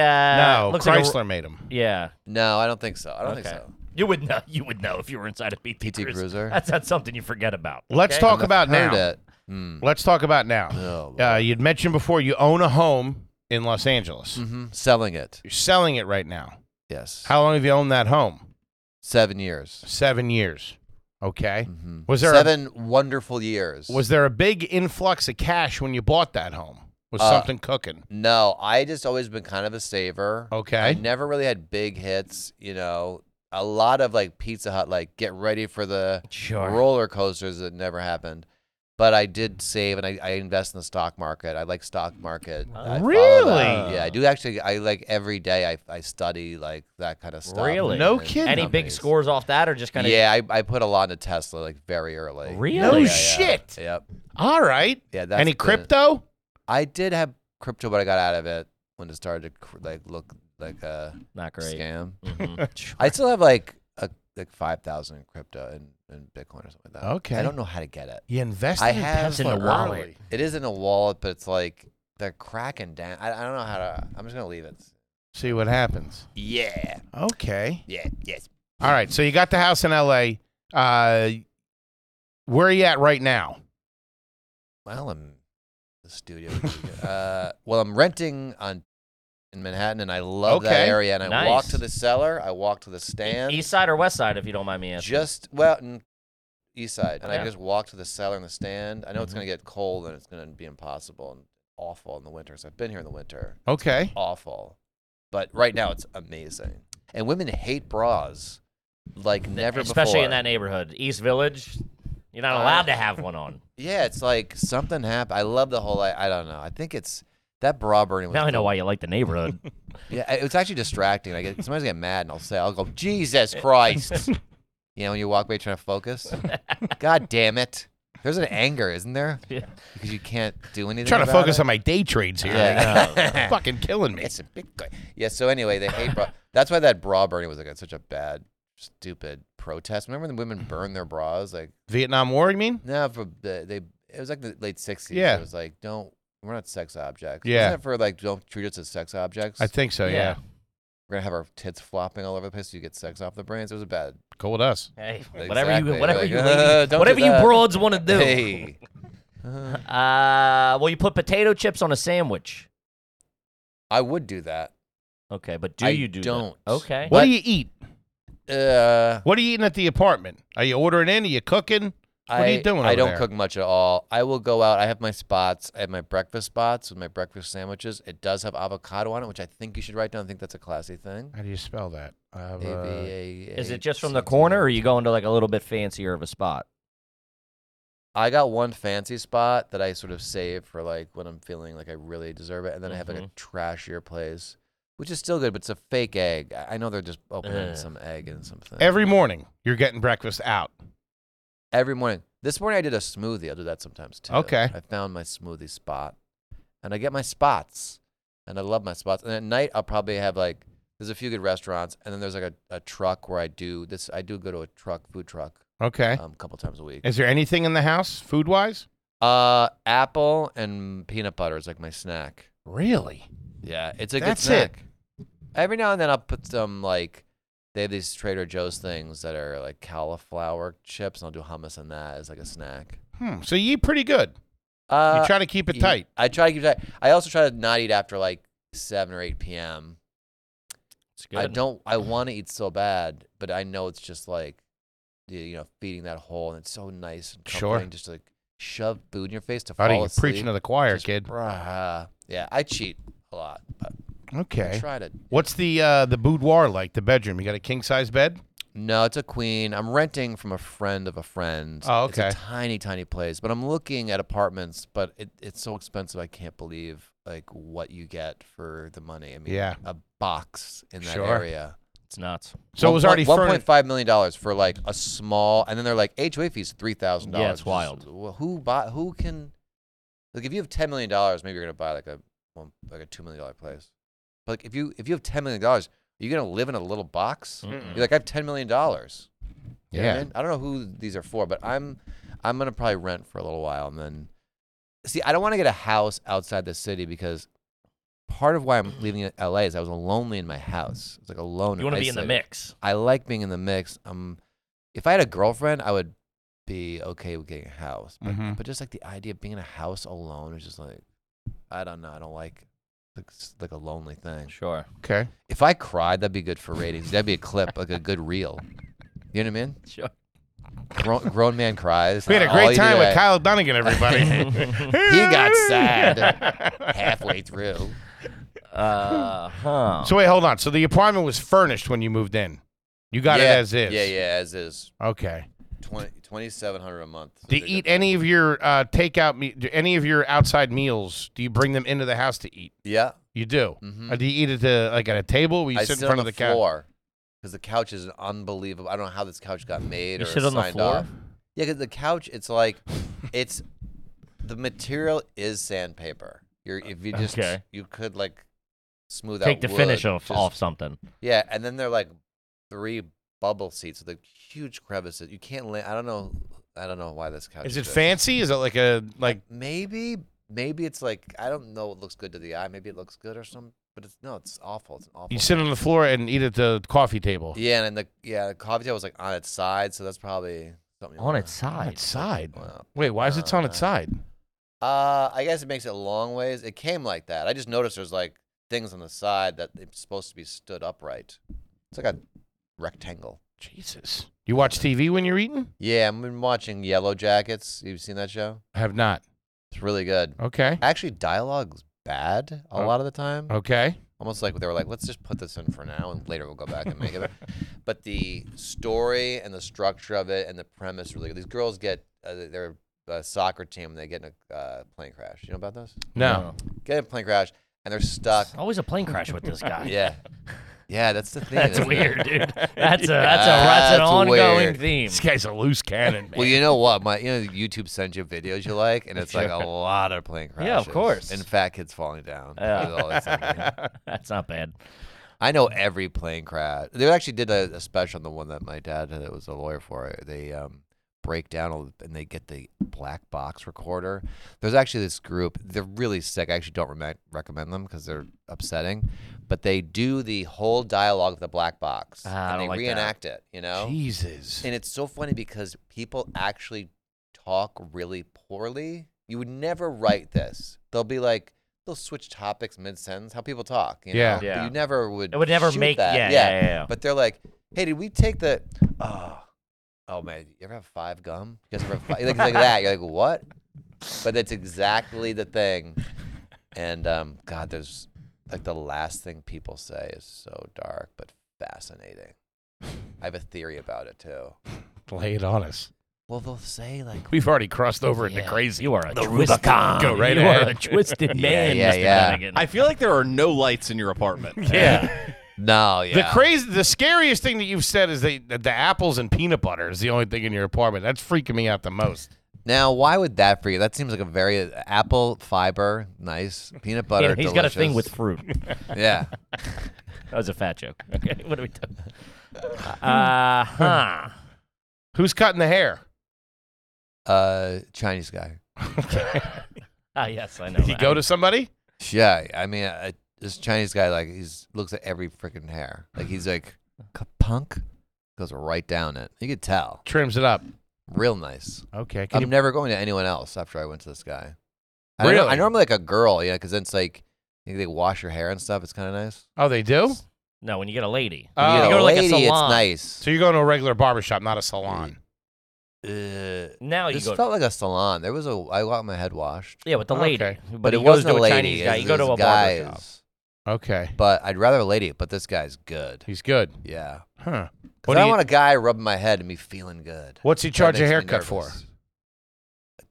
B: no,
A: looks like a-
B: Chrysler made them.
A: yeah.
E: No, I don't think so. I don't
A: Okay.
E: think so.
A: You would know you would know if you were inside a PT,
E: PT Cruiser?
A: That's not something you forget about.
B: Let's
A: okay?
B: talk about
E: Heard
B: now.
E: it. Oh, Mm.
B: Let's talk about now.
E: No.
B: Uh, you'd mentioned before you own a home in Los Angeles.
E: Mhm. Selling it.
B: You're selling it right now.
E: Yes.
B: How long have you owned that home?
E: Seven years.
B: Seven years. Okay.
E: Mhm.
B: Was there a-
E: seven wonderful years?
B: Was there a big influx of cash when you bought that home? Was
E: Uh,
B: something cooking?
E: No, I just always been kind of a saver.
B: Okay.
E: I never really had big hits, you know. A lot of like Pizza Hut, like get ready for the
A: Sure.
E: roller coasters that never happened. But I did save and I, I invest in the stock market. I like stock market. I follow that.
B: Really?
E: Yeah, I do actually. I like every day I, I study like that kind of stuff.
A: Really?
B: No
E: and
B: kidding.
A: Any big
E: companies.
A: scores off that or just kind of
E: Yeah, I, I put a lot into Tesla like very early.
A: Really?
B: No
E: Yeah, yeah.
B: shit.
E: Yep.
B: All right.
E: Yeah, that's
B: Any
E: the-
B: crypto?
E: I did have crypto, but I got out of it when it started to cr- like look like a
A: not great.
E: scam.
A: Mhm.
E: I still have like a like five thousand in crypto and, and Bitcoin or something like that.
B: Okay.
E: I don't know how to get it.
B: You invested
E: I
B: in
E: have-
B: Tesla
A: In a wallet.
B: early.
E: It is in a wallet, but it's like they're cracking down. I, I don't know how to. I'm just gonna leave it.
B: See what happens.
E: Yeah,
B: Okay.
E: yeah, yes.
B: All right. So you got the house in LA. Uh, where are you at right now?
E: Well, I'm the studio. would be good. uh, well, I'm renting on in Manhattan, and I love that
B: Okay.
E: area. And I
A: Nice.
E: walk to the cellar. I walk to the stand.
A: East side or west side, if you don't mind me asking.
E: just well n- east side and
A: Yeah. Mm-hmm.
E: i just walk to the cellar and the stand i know it's going to get cold and it's going to be impossible and awful in the winter so i've been here in the winter
B: Okay.
E: awful but right now it's amazing and women hate bras like never
A: Especially
E: before
A: in that neighborhood, East Village. You're not
E: Uh,
A: allowed to have one on.
E: yeah it's like something happened i love the whole I, I don't know i think it's that bra burning was
A: Now I know
E: the-
A: why you like the neighborhood.
E: yeah it was actually distracting i get sometimes I get mad and i'll say i'll go jesus christ you know when you walk away trying to focus god damn it there's an anger isn't there
A: Yeah.
E: because you can't do anything.
B: trying to
E: about
B: focus
E: it.
B: on my day trades here.
E: Yeah.
B: fucking killing me.
E: It's a Bitcoin. Yeah. So anyway, they hate bra. That's why that bra burning was like such a bad, stupid protest. Remember when the women burned their bras? Like
B: Vietnam War, you mean?
E: no, for the, they. It was like the late sixties.
B: Yeah.
E: It was like don't. We're not sex objects.
B: Yeah.
E: Isn't that for like don't treat us as sex objects?
B: I think so, yeah.
A: Yeah.
E: We're gonna have our tits flopping all over the place. So you get sex off the brains. It was a bad.
B: Go with us.
A: Hey, whatever
E: Exactly.
A: you, whatever
E: Like,
A: you,
E: uh,
A: ladies-
E: don't do
A: whatever you
E: that.
A: broads want to do.
E: Hey. Uh,
A: Uh, well, you put potato chips on a sandwich.
E: I would do that.
A: Okay, but do
E: I
A: you do that?
E: don't.
A: Okay.
B: What do you eat?
E: Uh,
B: What are you eating at the apartment? Are you ordering in? Are you cooking? What
E: I,
B: are you doing?
E: I
B: over
E: don't
B: there?
E: cook much at all. I will go out. I have my spots. I have my breakfast spots with my breakfast sandwiches. It does have avocado on it, which I think you should write down. I think that's a classy thing.
B: How do you spell that? I have, uh,
A: Is it just from the corner, or are you going to like a little bit fancier of a spot?
E: I got one fancy spot that I sort of save for like when I'm feeling like I really deserve it, and then I have like a
A: Mm-hmm.
E: trashier place, which is still good, but it's a fake egg. I I know they're just opening
A: Ugh.
E: some egg and something
B: every morning you're getting breakfast out.
E: every morning. This morning I did a smoothie. I'll do that sometimes too.
B: Okay.
E: I found my smoothie spot, and I get my spots, and I love my spots. And at night I'll probably have like there's a few good restaurants, and then there's like a, a truck where I do this. I do go to a truck food truck
B: Okay.
E: um, a couple times a week.
B: Uh, Is there anything in the house food wise?
E: Uh, apple and peanut butter is like my snack.
B: Really?
E: Yeah, it's a
B: That's
E: good snack. Every now and then I'll put some like they have these Trader Joe's things that are like cauliflower chips, and I'll do hummus and that as like a snack.
B: Hmm. So you eat pretty good.
E: Uh,
B: You try to keep it
E: eat-
B: tight.
E: I try to keep it tight. I also try to not eat after like seven or eight p.m.
A: It's good.
E: I don't. I want to eat so bad, but I know it's just like you- you know feeding that hole, and it's so nice and
B: Sure.
E: comforting just to, like shove food in your face to fall
B: Buddy, you're
E: asleep.
B: preaching to the choir,
E: Just,
B: kid.
E: "Bruh." Yeah, I cheat a lot, but I
B: Okay.
E: try to.
B: What's the uh, the boudoir like? The bedroom? You got a king size bed?
E: No, it's a queen. I'm renting from a friend of a friend.
B: Oh, okay.
E: It's a tiny, tiny place, but I'm looking at apartments. But it, it's so expensive. I can't believe like what you get for the money. I mean,
B: Yeah.
E: a box in that
B: Sure.
E: area.
A: It's nuts.
B: So it was already
E: one point
B: furnished.
E: five million dollars for like a small, and then they're like HOA fees three thousand
A: Yeah,
E: dollars.
A: it's wild.
E: Who buy? Who can? Like, if you have ten million dollars, maybe you're gonna buy like a one, like a two million dollar place. But like, if you if you have ten million dollars, are you gonna live in a little box? You're like, I have ten million dollars. You know what I
B: Yeah.
E: mean? I don't know who these are for, but I'm I'm gonna probably rent for a little while and then see. I don't want to get a house outside the city because part of why I'm leaving LA is I was lonely in my house. It's like alone.
A: You
E: want to
A: be in the mix.
E: I like being in the mix. Um, if I had a girlfriend, I would be okay with getting a house. But,
B: Mhm.
E: but just like the idea of being in a house alone is just like, I don't know. I don't like it's like a lonely thing.
A: Sure.
B: Okay.
E: If I cried, that'd be good for ratings. That'd be a clip, like a good reel. You know what I mean?
A: Sure.
E: Grown, grown man cries.
B: We had a
E: All you
B: great
E: do
B: time with
E: that-
B: Kyle Dunnigan, everybody.
E: He got sad halfway through.
A: Uh huh.
B: so wait, hold on. So the apartment was furnished when you moved in. You got
E: yeah,
B: it as is.
E: Yeah, yeah, as is.
B: Okay.
E: 20, 2700 a month.
B: Do you eat any of your uh, takeout? Me- do any of your outside meals? Do you bring them into the house to eat?
E: Yeah.
B: You do.
E: Mhm.
B: Or do you eat at the like at a table? Where you
E: I
B: sit
E: sit
B: in front
E: on the,
B: of the couch?
E: floor because the couch is unbelievable. I don't know how this couch got made
A: You
E: or
A: sit on the
E: signed
A: floor?
E: off. Yeah, because the couch, it's like, it's the material is sandpaper. You're if you just
A: Okay.
E: you could like smooth
A: Take
E: out
A: the finish
E: wood,
A: off,
E: just-
A: off something.
E: Yeah, and then they're like three bubble seats with like huge crevices. You can't land. I don't know. I don't know why this couch
B: Is it
E: exists.
B: fancy? Is it like a like?
E: Maybe, maybe it's like I don't know. It looks good to the eye. Maybe it looks good or something. But it's no, it's awful. It's an awful.
B: You sit on the floor and eat at the coffee table.
E: Yeah, and then the yeah, the coffee table was like on its side, so that's probably something you
A: On
E: wanna-
A: its side.
B: On its side.
E: Wow.
B: Wait, why is it on its side?
E: Uh, I guess it makes it long ways. It came like that. I just noticed there's like things on the side that it's supposed to be stood upright. It's like a rectangle.
B: Jesus. You watch TV when you're eating?
E: Yeah, I've been watching Yellow Jackets. You've seen that show?
B: I have not.
E: It's really good.
B: Okay.
E: Actually, dialogue's bad a
B: Oh.
E: lot of the time.
B: Okay.
E: almost like they were like, let's just put this in for now, and later we'll go back and make it. But the story and the structure of it and the premise really. These girls get uh, their uh, soccer team and they get in a uh, plane crash. You know about this?
B: No.
E: Get in a plane crash and they're stuck.
A: Always a plane crash with this guy.
E: Yeah, yeah, that's the thing.
A: That's
E: isn't it?
A: weird, dude. That's a that's a that's an
E: That's
A: ongoing
E: weird.
A: theme.
B: This guy's a loose cannon, man.
E: Well, you know what? My, you know, YouTube sends you videos you like, and it's like a lot of plane crashes.
A: Yeah, of course.
E: And fat kids falling down.
A: Yeah.
E: It always sends me.
A: That's not bad.
E: I know every plane crash. They actually did a, a special on the one that my dad that was a lawyer for. They um, break down all, and they get the black box recorder. There's actually this group. They're really sick. I actually don't reme- recommend them because they're upsetting. But they do the whole dialogue of the black box
A: Ah, I
E: and
A: don't
E: they
A: like that.
E: reenact it. You know.
B: Jesus.
E: And it's so funny because people actually talk really poorly. You would never write this. They'll be like, they'll switch topics mid sentence. How people talk, you
B: Yeah.
E: know?
D: Yeah.
E: But you never would.
A: It would never
E: shoot
A: make-
E: that.
A: yeah, yeah, yeah, yeah.
E: But they're like, hey, did we take the? Oh, oh man, you ever have five gum? You guys ever have five? Like, like that. You're like, what? But that's exactly the thing. And um, God, there's like the last thing people say is so dark but fascinating. I have a theory about it too.
B: Lay it on us.
E: Well, they'll say like.
B: We've already crossed over into
E: Yeah.
B: crazy. You are a
A: twisted,
B: Go right
A: Oh, you
B: ahead.
A: are a twisted man,
E: yeah,
A: Mr.
E: yeah.
A: Finnegan.
D: I feel like there are no lights in your apartment.
B: Yeah.
E: No, yeah.
B: The crazy, the scariest thing that you've said is that that the apples and peanut butter is the only thing in your apartment. That's freaking me out the most.
E: Now, why would that for you? That seems like a very uh, apple fiber, nice peanut butter.
A: You know, he's got a thing with
E: delicious.
A: fruit. that
E: yeah.
A: was a fat joke. Okay, what are we doing? Uh huh.
B: Who's cutting the hair?
E: Uh, Chinese guy.
A: Ah, yes, I know.
B: Did he
A: that.
B: go to somebody?
E: Yeah, I mean, uh, this Chinese guy like he's looks at every freaking hair. Like he's like "Ka- punk goes right down it. You could tell.
B: Trims it up.
E: Real nice.
B: Okay. Can
E: I'm
B: you,
E: never going to anyone else after I went to this guy. I don't know- I
B: Really?
E: normally like a girl, yeah, because then it's like you know, they wash your hair and stuff. It's kind of nice.
B: oh, they do.
A: No, when you get a lady.
E: When you
B: Oh.
E: get
A: You go
E: a
A: to, like, a
E: lady,
A: salon.
E: it's nice.
B: So you're going to a regular barbershop, not a salon.
E: Uh,
A: Now oh, you
E: this
A: go.
E: felt like a salon. There was a I got my head washed.
A: yeah, with the lady.
B: Okay.
A: But,
E: but
A: he
E: it
A: goes
E: wasn't
A: to
E: a
A: a
E: lady.
A: Chinese guy.
E: It's-
A: You go to
E: it's
A: a barber shop.
E: guys.
B: Okay.
E: But I'd rather a lady. But this guy's good.
B: He's good.
E: Yeah.
B: Huh. What
E: But
B: do
E: I
B: you-
E: want a guy rubbing my head and me feeling good.
B: What's he
E: That
B: charge a
E: makes me
B: haircut for?
E: nervous.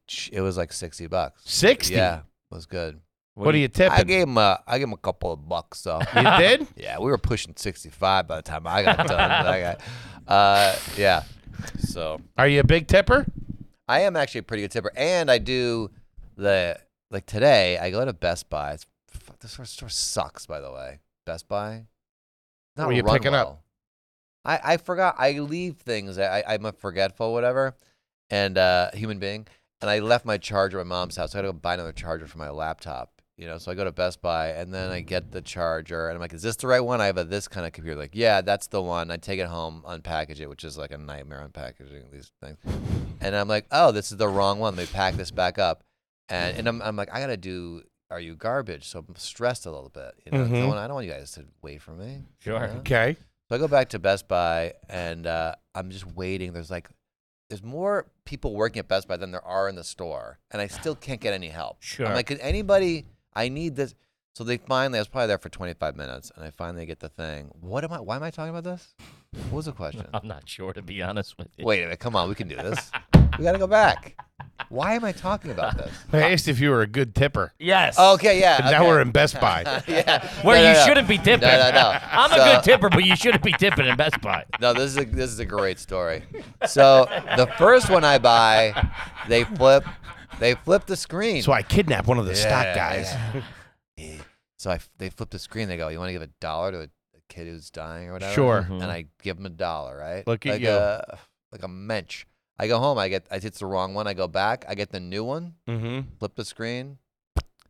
E: Ch- It was like sixty bucks.
B: 60?
E: Yeah, it was good.
B: What, are you tipping?
E: I gave him a I gave him a couple of bucks though.
B: you did?
E: yeah, we were pushing sixty five by the time I got done. but I got- uh, yeah. So
B: Are you a big tipper?
E: I am actually a pretty good tipper, and I do the like today. I go to Best Buy. It's, fuck, this store, store sucks, by the way. Best Buy. Not
B: What are you
E: run
B: picking up?
E: well. I I forgot. I leave things. I I'm a forgetful, whatever, and uh, human being. And I left my charger at my mom's house. So I had to go buy another charger for my laptop. You know, so I go to Best Buy and then I get the charger and I'm like, "Is this the right one?" I have a this kind of computer. Like, yeah, that's the one. I take it home, unpackage it, which is like a nightmare unpackaging these things. And I'm like, oh, this is the wrong one. Let me pack this back up. And, and I'm, I'm like, I got to do Are You Garbage? So I'm stressed a little bit. You know? 'cause I,
B: Mhm.
E: want, I don't want you guys to wait for me.
A: Sure.
E: Yeah.
B: Okay.
E: So I go back to Best Buy and uh, I'm just waiting. There's like, there's more people working at Best Buy than there are in the store. And I still can't get any help.
A: Sure.
E: I'm like, could anybody, I need this. So they finally, I was probably there for 25 minutes and I finally get the thing. What am I, why am I talking about this? What was the question?
A: I'm not sure to be honest with you.
E: Wait a minute, come on, we can do this. we gotta go back. Why am I talking about this?
B: I asked if you were a good tipper.
A: Yes.
E: Okay, yeah.
B: And now
E: okay.
B: we're in Best Buy.
E: yeah.
A: Where
E: No, no,
A: you
E: no.
A: shouldn't be tipping.
E: No, no, no.
A: I'm a
E: So-
A: good tipper, but you shouldn't be tipping in Best Buy.
E: No, this is a, this is a great story. So the first one I buy, they flip, they flip the screen.
B: So I kidnapped one of the stock
E: Yeah,
B: guys.
E: Yeah. So I f they flip the screen. They go, "You want to give a dollar to a, a kid who's dying or whatever?"
B: Sure.
A: Mhm.
E: And I give him a dollar, right?
B: Look at
E: like
B: you.
E: A, like a mensch. I go home. I get. I it's the wrong one. I go back. I get the new one.
B: Mm-hmm.
E: Flip the screen.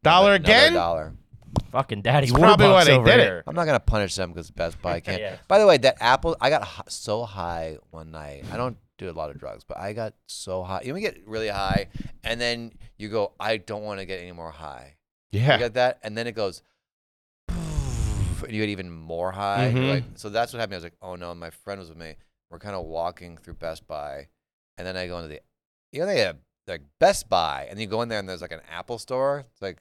B: Dollar
E: another
B: again?
E: dollar.
A: Fucking daddy
B: That's probably
A: Warbucks
B: why they
A: over
B: did it.
A: here.
E: I'm not gonna punish them because Best Buy can't.
A: Yeah.
E: By the way, that Apple, I got hi- so high one night. I don't do a lot of drugs, but I got so high. You know, we get really high, and then you go, I don't want to get any more high. You
B: Yeah.
E: get that, and then it goes, and you get even more high. You're
B: Mhm.
E: like- so that's what happened. I was like, oh no, my friend was with me. We're kind of walking through Best Buy, and then I go into the, you know, they have like Best Buy, and you go in there, and there's like an Apple store. It's like,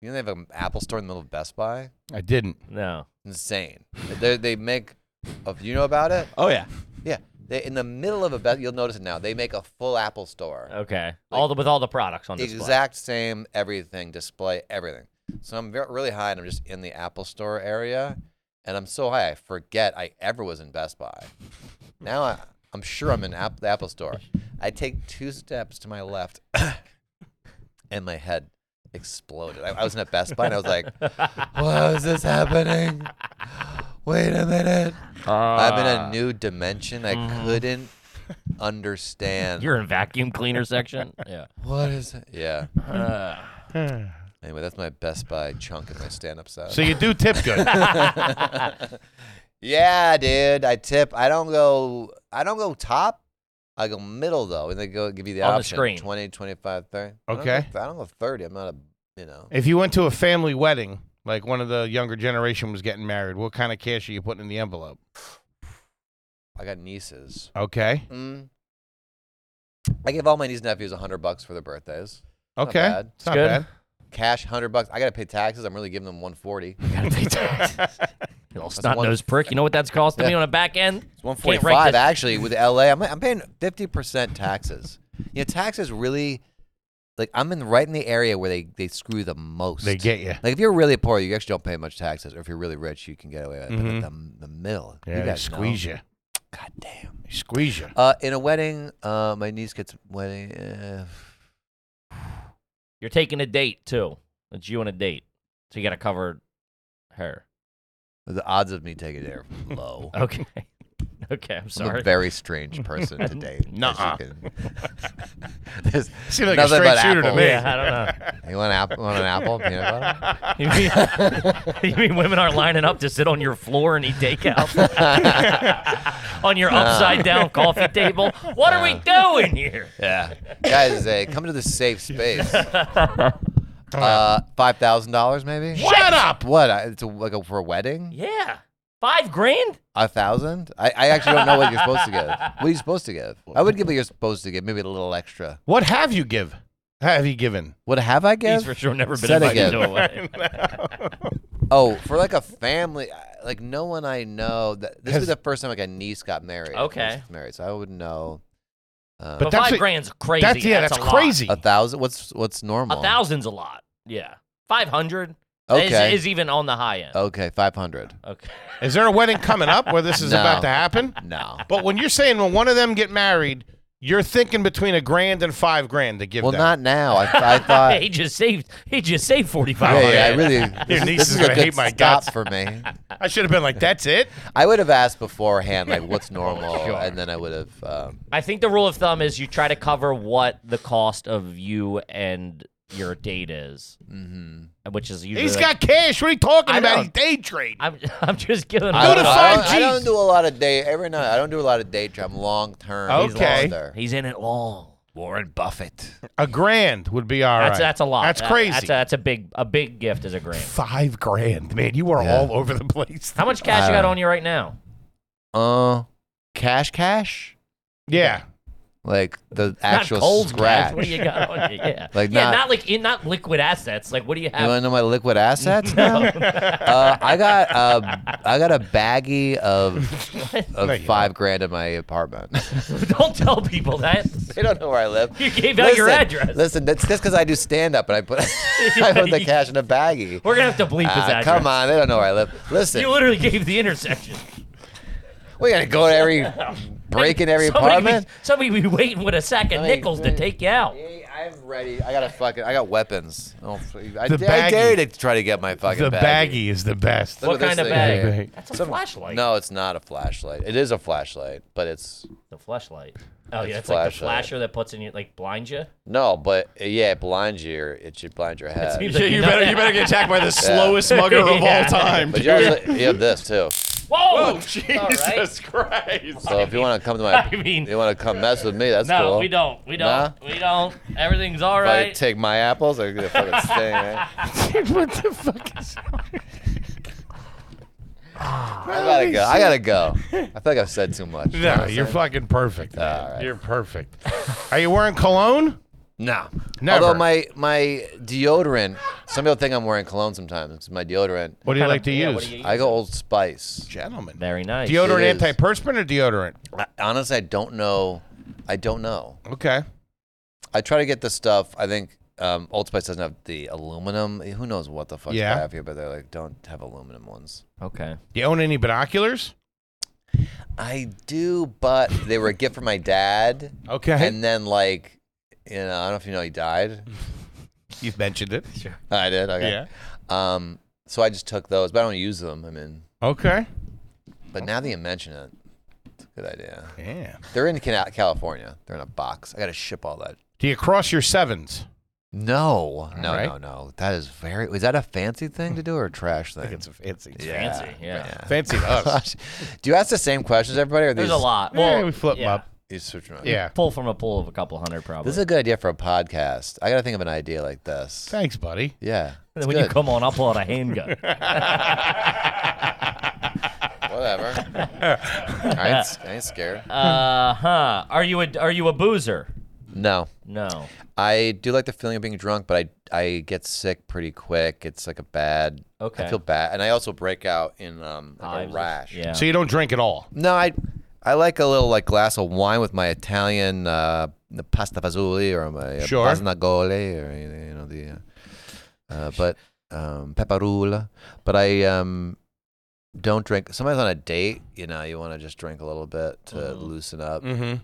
E: you know, they have an Apple store in the middle of Best Buy
B: I didn't.
A: No.
E: insane. They they make of you know about it?
D: Oh yeah.
E: Yeah. They in the middle of a best you'll notice it now. They make a full Apple store.
A: Okay. all the with all the products on display.
E: Exact same everything, display everything. So I'm ver really high and I'm just in the Apple store area and I'm so high I forget I ever was in Best Buy. Now I I'm sure I'm in App, the Apple store. I take two steps to my left and my head exploded. I, I was in a Best Buy and I was like, why is this happening? Wait a minute. I'm in
A: Ah.
E: a new dimension. I couldn't understand.
A: Mm-hmm. You're in vacuum cleaner section. yeah.
E: What is it? Yeah.
A: Uh,
E: Anyway, that's my Best Buy chunk in my stand up set.
B: So you do tip good.
E: yeah, dude. I tip. I don't go I don't go top. I go middle though, and they go give you the
A: On the
E: option
A: screen.
E: 20, 25, 30. I don't
B: Okay.
E: go- I don't go 30. I'm not a You know,
B: If you went to a family wedding, like one of the younger generation was getting married, what kind of cash are you putting in the envelope?
E: I got nieces.
B: Okay.
E: Mm. I give all my nieces and nephews a hundred bucks for their birthdays. Not
B: Okay.
E: bad.
B: It's not
A: Good.
B: bad.
E: Cash, hundred bucks. I gotta pay taxes. I'm really giving them one forty.
A: You little
E: That's
A: snot nosed prick. You know what that's costing me on a back end?
E: It's one
A: rank
E: forty-five
A: this.
E: actually with LA. I'm, I'm paying fifty percent taxes. You know, taxes really, like I'm in right in the area where they they screw the most.
B: They get you.
E: Like if you're really poor, you actually don't pay much taxes, or if you're really rich, you can get away with it.
B: Mhm.
E: But the, the middle,
B: Yeah,
E: you
B: they
E: guys
B: squeeze you.
E: know. God damn.
B: They squeeze you.
E: Uh, in a wedding, uh, my niece gets wedding. Uh,
A: You're taking a date too. It's you and a date, so you got to cover her.
E: the odds of me taking it are low.
A: Okay. okay. I'm
E: I'm a
A: sorry.
E: very strange person to date. as you
B: Nuh-uh.
E: can- There's
B: Seemed like a
E: nothing
B: straight
E: but
B: shooter to
E: apples.
B: me.
A: yeah, I don't know.
E: You want, an apple, want an apple? Peanut butter?
A: You mean, you mean women are lining up to sit on your floor and eat takeout on your upside down coffee table? What are we doing here?
E: Yeah. Guys, uh, come to the safe space. Uh, $5,000 maybe?
B: Shut up.
E: What? I- It's a, like a, for a wedding?
A: Yeah, five grand.
E: A thousand? I, I actually don't know what you're supposed to give. What are you supposed to give? I would give what you're supposed to give, maybe a little extra.
B: What have you give? Have you given?
E: What have I
A: He's
E: give?
A: for sure never been
E: Said
A: invited
E: again.
A: to a wedding.
E: oh, for like a family, I- like no one I know. That, this
B: Has-
E: is the first time like a niece got married. or
A: Okay.
E: was Married, so I wouldn't know. Uh,
A: But
B: that's
A: five
B: what-
A: grand's crazy.
B: That's yeah. That's,
A: a lot.
B: crazy.
E: a thousand? What's what's normal?
A: A thousand's a lot. Yeah, five hundred
E: Okay.
A: is, is even on the high
B: Oh.
A: end.
E: Okay, five hundred.
A: Okay.
B: Is there a wedding coming up where this is
E: No.
B: about to happen?
E: No.
B: But when you're saying when one of them get married, you're thinking between a grand and five grand to give
E: Well,
B: them.
E: not now. I, I thought.
A: he just saved. He just saved forty five. hundred.
E: Yeah, yeah, I really.
B: Your
E: This,
B: niece
E: this
B: is
E: is,
B: gonna
E: a good
B: hate my
E: stop
B: guts.
E: for me.
B: I should have been like, that's it.
E: I would have asked beforehand, like,
B: Oh,
E: what's normal, and then I would have. Um,
A: I think the rule of thumb is you try to cover what the cost of you and your date is, which is usually.
B: Mm-hmm. He's
A: like-
B: got cash. What are you talking
A: I
B: about?
A: know.
B: He's day trading.
A: I'm, I'm just giving.
E: I,
A: him-
E: don't,
B: to
E: I,
B: five
E: don't, I don't
B: Gs.
E: do a lot of day every night. I don't do a lot of day job. I'm long term.
B: Okay.
A: He's in it long.
E: Warren Buffett.
B: A grand would be all right.
A: That's that's a lot.
B: That's
A: That-
B: crazy.
A: That's a, that's a big a big gift as a grand.
B: five grand, man. You were all over the place.
A: How much cash
E: I
A: you got
E: don't-
A: on you right now?
E: Uh, cash, cash,
B: Yeah.
E: like the actual
A: not gold
E: scratch.
A: Cash. What do you got on you? Yeah.
E: Like
A: yeah,
E: not-
A: not like in not liquid assets. Like what do you
E: You want
A: have?
E: to know my liquid assets now? uh, I got uh, I got a baggie of of
B: No, you
E: five grand in my apartment.
A: don't tell people that.
E: they don't know where I live.
A: You gave out your address.
E: Listen, that's just because I do stand up and I put I put the cash in a baggie.
A: We're gonna have to bleep his
E: Ah,
A: address.
E: come on, they don't know where I live. Listen,
A: You literally gave the intersection.
E: we gotta go to every break in every
A: somebody
E: apartment.
A: Be, somebody be waiting with a sack of
E: Somebody-
A: nickels to take you out.
E: Hey, I'm ready. I got a fucking. I got weapons. Oh, I,
B: The
E: I dare
B: baggie.
E: you to try to get my fucking
B: The
E: baggie.
B: baggie is the best.
E: Look
A: What
E: at this
A: kind of
E: thing.
A: bag?
B: Yeah, right.
A: That's a flashlight.
E: No, it's not a flashlight. It is a flashlight, but it's
A: The flashlight. Oh yeah,
E: It's
A: it's like the
E: flashlight.
A: flasher that puts in you, like blinds you.
E: no, but uh, yeah, it blinds your. It should blind your head.
A: seems
D: Yeah, you better you better get attacked by the slowest mugger of all
A: Yeah.
D: time.
E: but
D: dude.
E: you, also, you have this too.
A: Whoa!
D: Oh, Jesus
A: All right.
D: Christ.
E: So if you want to come to my,
A: I mean-
E: you want to come mess with me, that's
A: No,
E: cool.
A: we don't. We don't. We don't. Everything's all
E: If I
A: right.
E: take my apples, I'm gonna fucking sting. Right?
B: what the fuck is
E: I gotta go. I gotta go. I feel like I've said too much. You know what
B: No,
E: I'm
B: you're
E: saying?
B: fucking perfect. man.
E: All right.
B: You're perfect. Are you wearing cologne?
E: No.
B: Never.
E: Although my my deodorant, some people think I'm wearing cologne sometimes. It's my deodorant.
B: What do you
A: Kinda-
B: like to
A: yeah, what
B: use?
A: do you-
E: I go Old Spice.
B: Gentlemen.
A: Very nice.
B: Deodorant,
E: It is.
B: antiperspirant, or deodorant?
E: I, honestly, I don't know. I don't know.
B: Okay.
E: I try to get the stuff. I think um, Old Spice doesn't have the aluminum. Who knows what the fuck
B: Yeah.
E: they have here? But they're like, don't have aluminum ones.
A: Okay.
B: You own any binoculars?
E: I do, but they were a gift from my dad.
B: Okay.
E: And then like, you know, I don't know if you know he died.
B: You've mentioned it.
E: I did. Okay. Yeah. Um. So I just took those, but I don't use them. I mean,
B: Okay.
E: but now that you mention it, it's a good idea.
B: Yeah.
E: They're in Cana- California. They're in a box. I gotta ship all that.
B: Do you cross your sevens?
E: No, no,
B: right.
E: no, no. That is very. Is that a fancy thing to do or a trash thing?
B: a fancy.
A: Fancy. Yeah.
E: Yeah.
B: Fancy to us.
E: do you ask the same questions, everybody? Or are
A: There's
E: these-
A: a lot.
B: Yeah,
A: Well,
B: we flip 'em
A: yeah.
B: up.
E: You switch around.
B: Yeah.
A: Pull from a pool of a couple hundred, probably.
E: This is a good idea for a podcast. I got to think of an idea like this.
B: Thanks, buddy.
E: Yeah.
A: And
E: It's
A: when you
E: good.
A: come on, I'll pull out a handgun.
E: Whatever. I, ain't, s- I ain't scared.
A: uh huh. Are you a Are you a boozer?
E: No.
A: No.
E: I do like the feeling of being drunk, but I I get sick pretty quick. It's like a bad.
A: Okay.
E: I feel bad, and I also break out in um like a
A: Hives.
E: rash.
A: Yeah.
B: So you don't drink at all.
E: No, I I like a little like glass of wine with my Italian uh, the pasta fagioli or my uh,
B: Sure.
E: pasnagole or you know the uh, uh, but um, pepperula. But I um don't drink. Sometimes on a date, you know, you want to just drink a little bit to loosen up,
B: Mm-hmm.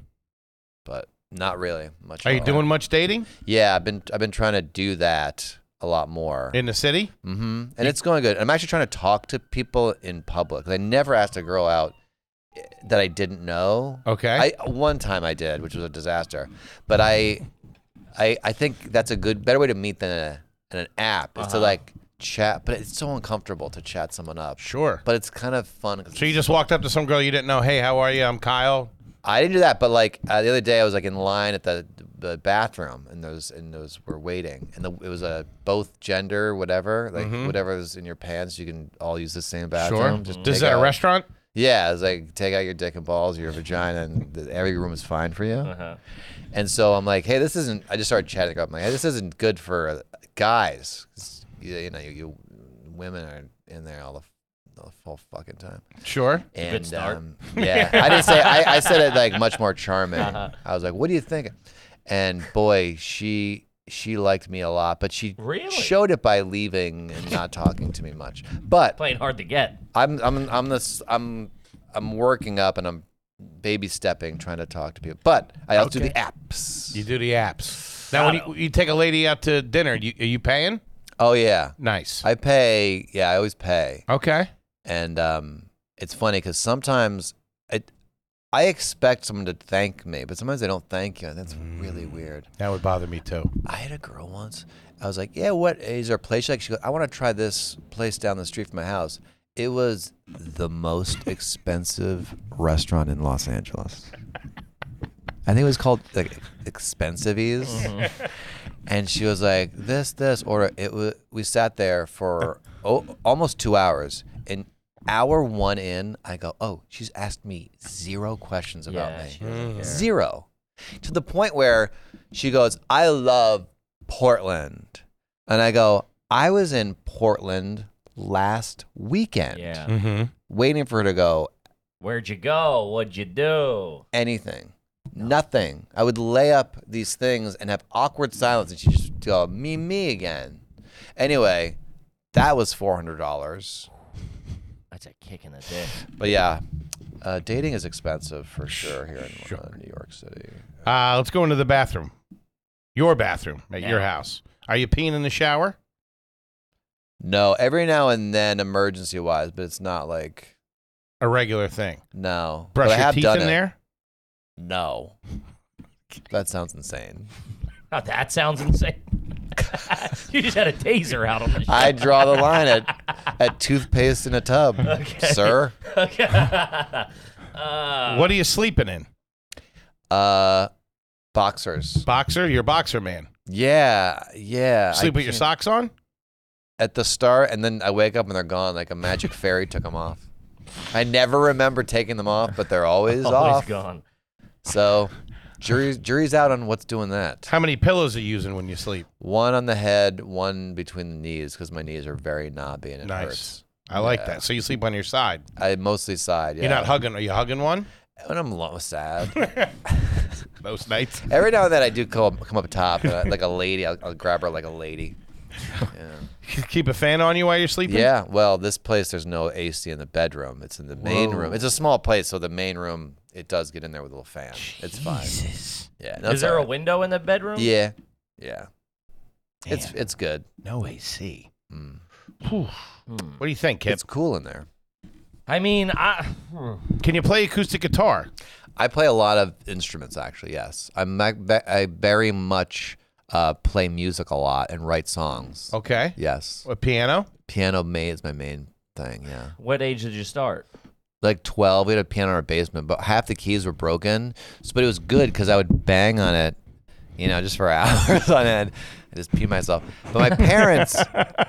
E: but not really much.
B: Are you
E: at all.
B: doing much dating
E: Yeah, I've been I've been trying to do that a lot more.
B: in the city?
E: hmm And it's going good. I'm actually trying to talk to people in public. I never asked a girl out eh, that I didn't know.
B: Okay.
E: I one time I did, which was a disaster. But I, I, I think that's a good, better way to meet than, a, than an app
B: Uh-huh.
E: is to like chat. But it's so uncomfortable to chat someone up.
B: Sure.
E: But it's kind of fun. 'cause
B: So you just walked up to some girl you didn't know. Hey, how are you? I'm Kyle.
E: I didn't do that, but like uh, the other day, I was like in line at the the bathroom, and those and those were waiting, and the, it was a both gender whatever, like whatever is in your pants, you can all use the same bathroom. Just
B: This is
E: take
B: at a
E: out-
B: restaurant.
E: Yeah, it's like take out your dick and balls, your vagina, and the, every room is fine for you. And so I'm like, hey, this isn't. I just started chatting up. I'm like, hey, this isn't good for uh, guys. 'Cause, You, you know, you, you women are in there all the, the whole fucking time.
B: Sure.
E: And
A: start.
E: Um, yeah, I didn't say. I, I said it like much more charming.
A: Uh-huh.
E: I was like, "What do you think?" And boy, she she liked me a lot, but she
A: Really?
E: showed it by leaving and not talking to me much. But
A: Playing hard to get.
E: I'm I'm I'm this I'm I'm working up and I'm baby stepping trying to talk to people. But I also do the apps.
B: You do the apps. Now, when you, you take a lady out to dinner, you, are you paying?
E: oh yeah,
B: Nice.
E: I pay. Yeah, I always pay.
B: okay.
E: and um, it's funny because sometimes it, I expect someone to thank me, but sometimes they don't thank you, and that's really weird.
B: That would bother me too.
E: I had a girl once. I was like, "Yeah, what is there a place?" you Like, she goes, "I want to try this place down the street from my house." It was the most expensive restaurant in Los Angeles. I think it was called like Expensive
A: Mm-hmm.
E: and she was like, "This, this order." It was. We sat there for oh, almost two hours. And hour one in, I go, "Oh, she's asked me zero questions about
A: Yeah,
E: me."
A: she doesn't care.
E: Zero. To the point where she goes, I love Portland. And I go, I was in Portland last weekend
A: Yeah.
B: Mm-hmm.
E: waiting for her to go
A: Where'd you go? What'd you do?
E: anything, nothing. I would lay up these things and have awkward silence. And she just go, me, me again. Anyway, that was $400.
A: That's a kick in the dick.
E: But yeah, uh, dating is expensive for sure here in uh, New York City.
B: Uh, let's go into the bathroom. Your bathroom at your
A: Yeah.
B: house. Are you peeing in the shower?
E: No, every now and then, emergency wise, but it's not like.
B: A regular thing.
E: No.
B: Brush
E: but I
B: your
E: have
B: teeth
E: done
B: in
E: it.
B: there.
E: No. That sounds insane.
A: Now, that sounds insane. you just had a taser out on the.
E: I draw the line at at toothpaste in a tub, sir.
A: Okay. uh,
B: what are you sleeping in?
E: Uh, boxers.
B: Boxer. You're a boxer man.
E: Yeah, yeah. I
B: Sleep with your
E: can't-
B: socks on.
E: at the start, and then I wake up and they're gone. Like a magic fairy took them off. I never remember taking them off, but they're always,
A: Always
E: off.
A: gone.
E: So, jury's jury's out on what's doing that.
B: How many pillows are you using when you sleep?
E: One on the head, one between the knees, because my knees are very knobby and it hurts.
B: I like
E: Yeah.
B: that. So you sleep on your side.
E: I mostly side. Yeah.
B: You're not hugging. Are you hugging one?
E: When I'm low, sad.
B: Most nights.
E: Every now and then I do come up, come up top, and I, like a lady. I'll, I'll grab her like a lady.
B: You keep a fan on you while you're sleeping.
E: Yeah. Well, this place there's no AC in the bedroom. It's in the main room. It's a small place, so the main room it does get in there with a little fan. It's fine.
A: Jesus.
E: Yeah. no,
A: Is
E: it's
A: there a
E: alright.
A: window in the bedroom?
E: Yeah. Yeah. It's it's good.
B: No AC.
E: Mm.
B: Whew. What do you think, Kip?
E: It's cool in there.
A: I mean, I.
B: Can you play acoustic guitar?
E: I play a lot of instruments actually. Yes, I'm I, I very much uh, play music a lot and write songs.
B: Okay.
E: Yes,
B: A piano?
E: piano may is my main thing. Yeah.
A: What age did you start?
E: like 12. We had a piano in our basement, but half the keys were broken. So, but it was good because I would bang on it, you know, just for hours on end. I just pee myself. But my parents,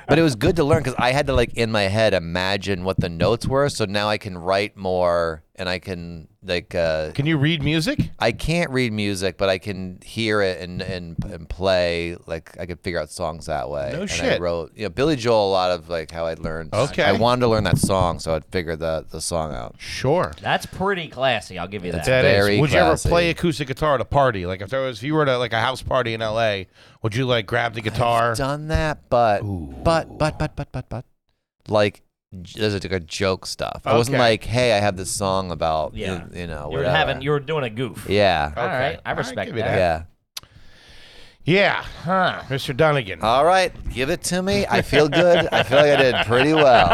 E: but it was good to learn because I had to like in my head imagine what the notes were. So now I can write more and I can like uh,
B: Can you read music?
E: I can't read music, but I can hear it and and, and play. Like I could figure out songs that way.
B: No
E: and I
B: shit.
E: wrote, you know, Billy Joel. A lot of like how I learned.
B: Okay.
E: I wanted to learn that song, so I'd figure the the song out.
B: Sure.
A: That's pretty classy. I'll give you that.
B: That is.
E: very
B: Would you ever
E: classy.
B: play acoustic guitar at a party? Like if there was, if you were at like a house party in L.A., would you like grab the guitar?
E: Done that, but but but but but but but like j- there's like a joke stuff. I wasn't
B: Okay.
E: like, hey, I have this song about
A: Yeah.
E: you, you know
A: you were
E: whatever.
A: having. You were doing a goof.
E: yeah.
A: All
B: Okay.
A: right, I
B: All right,
A: respect
B: give me
A: that.
E: yeah.
B: Yeah, huh, Mr. Dunnigan.
E: All right, give it to me. I feel good. I feel like I did pretty well.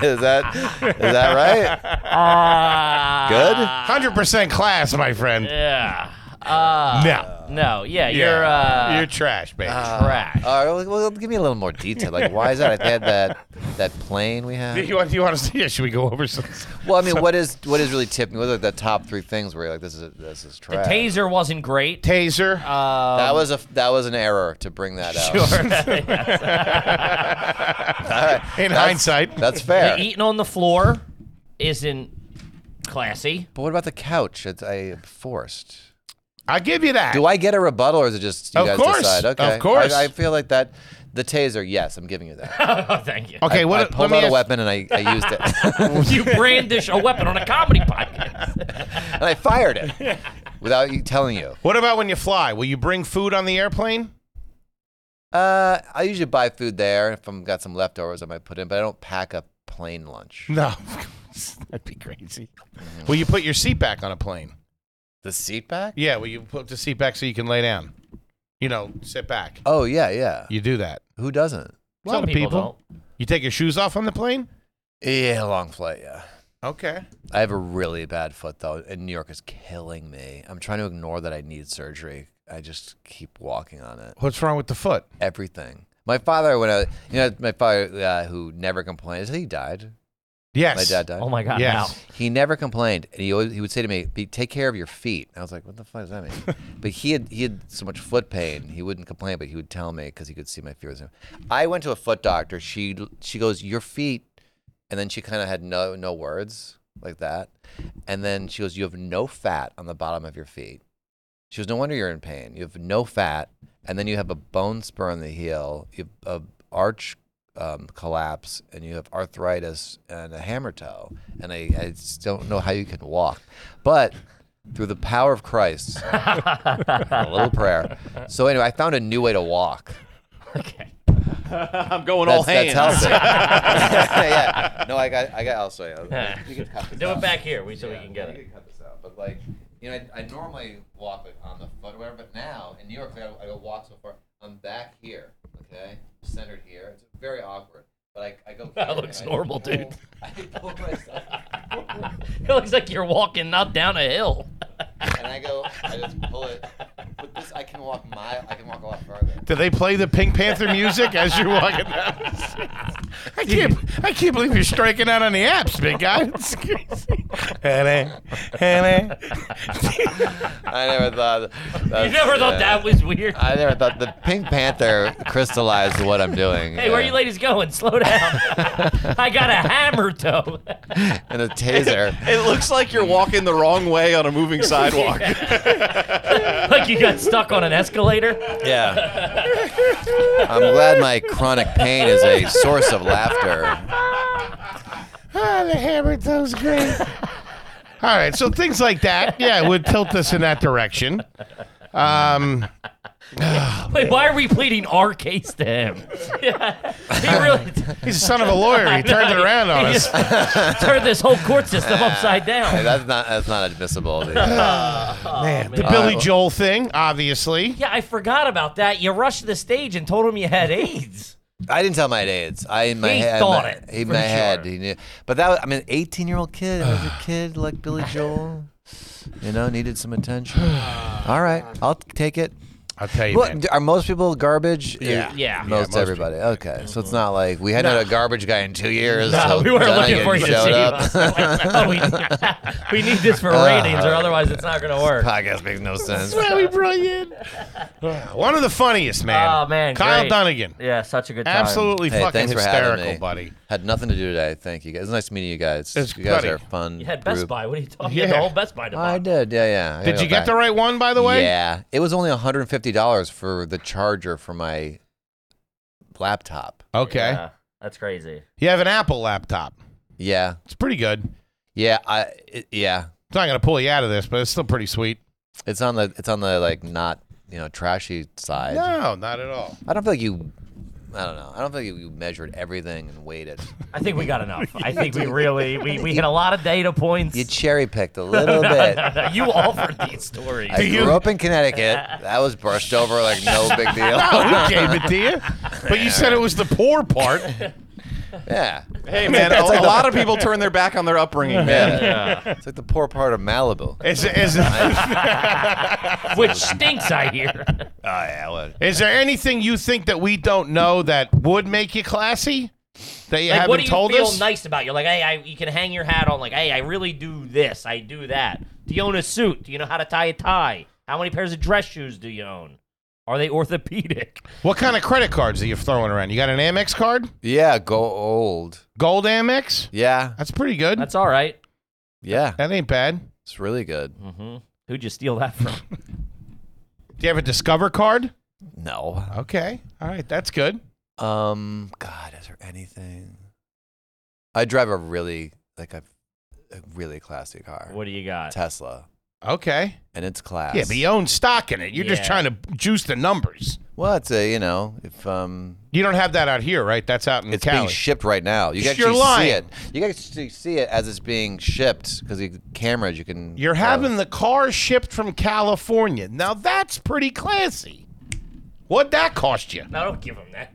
E: is that is that right?
A: Ah,
E: Good.
B: Hundred percent class, my friend.
A: Yeah. Uh,
B: No,
A: No. Yeah.
B: Yeah.
A: You're. Uh,
B: you're trash, baby.
A: trash.
E: All right, well, well, give me a little more detail. Like, why is that? I had that that plane we
B: do
E: have.
B: you want? Do you want to see it? Should we go over some?
E: Well, I mean, what is what is really tipping? What are the top three things where you're like, this is this is trash?
A: Taser wasn't great.
B: Taser.
A: Uh,
B: Um,
E: that was a that was an error to bring that out.
B: in hindsight,
E: That's fair.
B: e
A: The eating on the floor isn't classy.
E: But what about the couch? It's I forced.
B: I give you that.
E: Do I get a rebuttal, or is it just you
B: Of
E: guys
B: course,
E: decide?
B: of
E: Okay, I-
B: course.
E: I, feel like that. The taser, yes, I'm giving you that.
A: Oh, thank you.
B: okay,
E: I,
B: what?
E: I
B: let
E: pulled
B: me
E: out a
B: ask-
E: weapon and I, I used it,
A: You brandish a weapon on a comedy podcast.
E: and I fired it without you telling you.
B: What about when you fly? Will you bring food on the airplane?
E: Uh, I usually buy food there if I'm got some leftovers. I might put in, but I don't pack a plane lunch.
B: No, that'd be crazy. Will you put your seat back on a plane?
E: The seat back?
B: Yeah. Will you put the seat back so you can lay down? You know, sit back.
E: Oh yeah, yeah.
B: You do that.
E: Who doesn't?
B: A lot
A: Some
B: of
A: people,
B: people. You take your shoes off on the plane?
E: Yeah, long flight. Yeah.
B: Okay.
E: I have a really bad foot though, and New York is killing me. I'm trying to ignore that I need surgery. I just keep walking on it.
B: What's wrong with the foot?
E: Everything. My father, when I, you know, my father uh, who never complained. He died.
B: Yes.
E: My dad died.
A: don't. Oh my god!
B: Yes.
E: He never complained, and he always he would say to me, "Be- "Take care of your feet." And I was like, "What the fuck does that mean?" but he had he had so much foot pain, he wouldn't complain, but he would tell me because he could see my feet was in. I went to a foot doctor. She she goes, "Your feet," and then she kind of had no no words like that, and then she goes, "You have no fat on the bottom of your feet." She goes, "No wonder you're in pain. You have no fat, and then you have a bone spur on the heel, you have a arch um, collapse, and you have arthritis and a hammer toe. And I, I just don't know how you can walk, but." Through the power of Christ, a little prayer. So anyway, I found a new way to walk.
A: Now. Okay.
D: I'm going all
E: That's,
D: hands.
E: that's healthy. yeah. No, I got, I got. I'll show you. You can cut this
A: Do
E: out.
A: it back here, we so we can get
E: you
A: it.
E: can cut this out. But like, you know, I, I normally walk like on the foot or whatever, but now in New York, I, I go walk so far. I'm back here, okay, centered here. It's very awkward. But I, I go.
A: That
E: here, and
A: looks
E: I
A: normal,
E: pull-
A: dude.
E: I pull myself,
A: It looks like you're walking not down a hill.
E: and I go. I just pull it. With this, I can walk mile. I can walk a lot further.
B: Do they play the Pink Panther music as you're walking down? I can't, I can't believe you're striking out on the apps, big guy. It's crazy. Hello, hello.
E: I never thought.
A: You never thought that was weird.
E: I never thought the Pink Panther crystallized what I'm doing.
A: Hey, where you ladies going? Slow down. I got a hammer toe.
E: And a taser.
D: It looks like you're walking the wrong way on a moving sidewalk.
A: like you got stuck on an escalator.
E: Yeah. I'm glad my chronic pain is a source of laughter.
B: Ah, the hammer toe's great. All right, so things like that, yeah, would tilt us in that direction. Um,
A: Wait, why are we pleading our case to him? he really
B: he's a son of a lawyer. He turned it around on
A: he
B: us.
A: just turned this whole court system upside
E: Hey,
A: down.
E: that's not that's not admissible. dude.
B: Man, the Billy Joel thing, obviously.
A: Yeah, I forgot about that. You rushed the stage and told him you had AIDS.
E: I didn't tell my AIDS. I in my
A: He
E: head.
A: thought
E: my,
A: it,
E: In
A: for
E: my
A: sure.
E: head, he knew. But that was, I mean, 18 year old kid. I was a kid like Billy Joel. You know, needed some attention. All right, I'll take it.
B: I'll tell you,
E: Well,
B: man.
E: d- are most people garbage?
B: Yeah.
E: Uh,
A: Yeah.
E: Most,
B: people.
E: everybody. Okay. So it's not like we hadn't had a garbage guy in two years.
A: No,
E: so
A: we weren't
E: Johnny
A: looking for you to
E: showed
A: see
E: up. Uh,
A: us. we, we need this for ratings, or otherwise it's not going to work.
E: Podcast makes no sense.
B: One of the funniest, man.
A: Oh, man,
B: Kyle
A: great.
B: Dunnigan.
A: Yeah, such a good time.
B: Absolutely
E: Hey,
B: fucking
E: thanks for having
B: hysterical,
E: me.
B: buddy.
E: Had nothing to do today. Thank you guys. It's nice meeting you guys.
B: It's
E: you guys
B: buddy.
E: are a fun.
A: You had Best
E: group. Oh,
A: Buy. What are you talking? You had
B: Yeah.
A: the whole Best Buy
E: I
A: debacle.
E: did. Yeah, yeah. I
B: Did
E: gotta
B: you
E: go
B: get
E: back.
B: the right one, by the way?
E: Yeah. It was only $150 for the charger for my laptop.
B: Okay.
A: Yeah, that's crazy.
B: You have an Apple laptop.
E: Yeah.
B: It's pretty good. It's
E: Yeah. I. It, yeah.
B: not going to pull you out of this, but it's still pretty sweet.
E: It's on the. It's on the like not you know trashy side.
B: No, not at all.
E: I don't feel like you. I don't know. I don't feel like you, you measured everything and weighed it.
A: I think we got enough. I think we really we, we hit a lot of data points.
E: You cherry picked a little bit.
A: you offered these stories.
E: I
B: you-
E: grew up in Connecticut. That was brushed over like no big deal.
B: Oh, we gave it to you. But you said it was the poor part.
E: yeah.
D: Hey man, a, a lot of people turn their back on their upbringing, man.
E: yeah, It's like the poor part of Malibu.
B: Is, is, is
A: which stinks, I hear.
B: Ah, there anything you think that we don't know that would make you classy? That you
A: Like,
B: haven't
A: what do you
B: told
A: feel
B: us?
A: nice about? You're like, hey, I, you can hang your hat on. Like, hey, I really do this. I do that. Do you own a suit? Do you know how to tie a tie? How many pairs of dress shoes do you own? Are they orthopedic?
B: What kind of credit cards are you throwing around? You got an Amex card?
E: Yeah, go old.
B: Gold Amex?
E: Yeah,
B: That's pretty good.
A: That's all right.
E: yeah.
B: that ain't bad.
E: It's really good.
B: Mm.
A: Who'd you steal that from?
B: Do you have a Discover card?
E: No.
B: Okay. All right. That's good.
E: Um. God, is there anything? I drive a really like a, a really classy car.
A: what do you got?
E: Tesla,
B: Okay.
E: and it's class.
B: Yeah, but you own stock in it. You're just
A: Yeah.
B: trying to juice the numbers.
E: Well, it's a you know if um
B: You don't have that out here, right? That's out in
E: it's
B: Cali.
E: being shipped right now. You can
B: You're
E: actually
B: lying.
E: see it. You can actually see it as it's being shipped because the cameras you can.
B: You're having the car shipped from California. Now that's pretty classy. What'd that cost you?
A: No, don't give him that.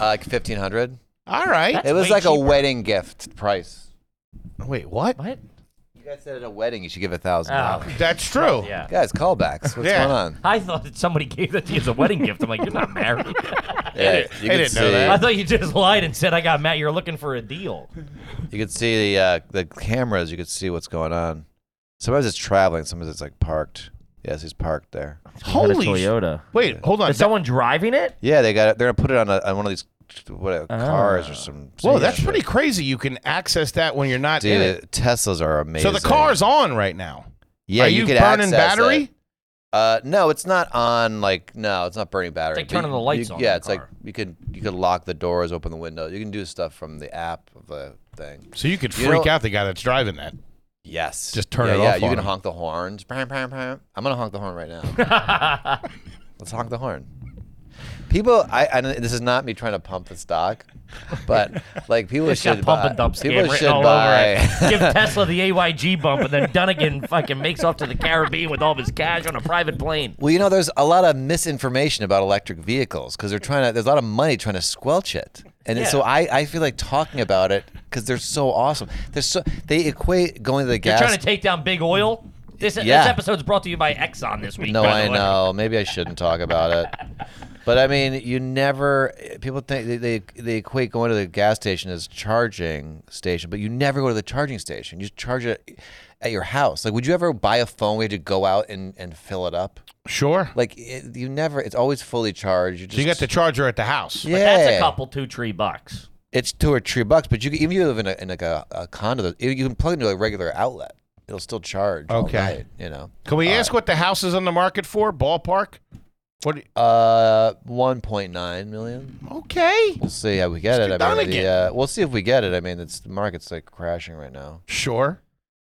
E: uh, like fifteen hundred.
B: All right.
E: It was
A: way
E: like a
A: cheaper.
E: wedding gift price.
B: Wait, what?
A: What?
E: You guys said at a wedding you should give a thousand
A: Oh,
E: dollars.
B: That's true.
A: yeah.
E: Guys, callbacks. What's
B: Yeah.
E: going on?
A: I thought that somebody gave that to you as a wedding gift. I'm like, you're not married.
E: Yeah, you
B: I
E: can
B: didn't know
E: see-
B: that.
A: I thought you just lied and said I got Matt. You're looking for a deal.
E: You could see the uh, the cameras. You could see what's going on. Sometimes it's traveling. Sometimes it's like parked. Yes, he's parked there.
B: Holy sh- Wait, hold on.
A: Is someone driving it?
E: Yeah, they got. it. They're gonna put it on, a, on one of these what uh,
A: Ah.
E: cars or some.
B: Whoa,
E: some
B: that's
E: shit.
B: pretty crazy. You can access that when you're not in
E: Dude,
B: it.
E: Teslas are amazing.
B: So the car's on right now.
E: Yeah,
B: Are
E: you,
B: you
E: could
B: burning
E: access
B: battery?
E: it. Uh, no, it's not on. Like, no, it's not burning battery.
A: like
E: but you-
A: turning the lights
E: you-
A: on in
E: Yeah,
A: the
E: it's like
A: car.
E: you could you could lock the doors, open the window. You can do stuff from the app of the thing.
B: So you could
E: You
B: freak
E: know-
B: out the guy that's driving that.
E: Yes.
B: Just turn
E: yeah,
B: it
E: yeah,
B: off
E: you
B: on
E: can
B: him.
E: honk the horns. Bam, bam, bam. I'm gonna honk the horn right now. Let's honk the horn. People, I, I don't- this is not me trying to pump the stock, but like people
A: It's got
E: should
A: pump
E: buy.
A: and dump scam
E: people
A: written
E: should
A: all
E: buy.
A: over it. Give Tesla the AYG bump, and then Dunnigan fucking makes off to the Caribbean with all of his cash on a private plane.
E: Well, you know, there's a lot of misinformation about electric vehicles because they're trying to. There's a lot of money trying to squelch it, and so I, I feel like talking about it because they're so awesome. They're so they equate going to the
A: You're
E: gas.
A: trying to take down big oil. This,
E: Yeah.
A: this episode's brought to you by Exxon this week.
E: no,
A: by
E: I
A: the way.
E: know. Maybe I shouldn't talk about it, but I mean, you never. People think they, they they equate going to the gas station as charging station, but you never go to the charging station. You charge it at your house. Like, would you ever buy a phone where you had to go out and and fill it up?
B: Sure.
E: Like, it, you never. It's always fully charged. You just
B: So you got the charger at the house.
E: Yeah.
A: That's a couple two tree bucks.
E: It's two or three bucks, but you can, even if you live in, a, in like a, a condo, that- you can plug into a regular outlet. It'll still charge. all
B: Okay.
E: night, you know,
B: Can we ask what the house is on the market for? Ballpark? What?
E: uh, one point nine million.
B: Okay.
E: We'll see how we get it.
B: Mr.
E: I mean,
B: Donegan.
E: the, uh, we'll see if we get it. I mean, it's the market's like crashing right now.
B: Sure.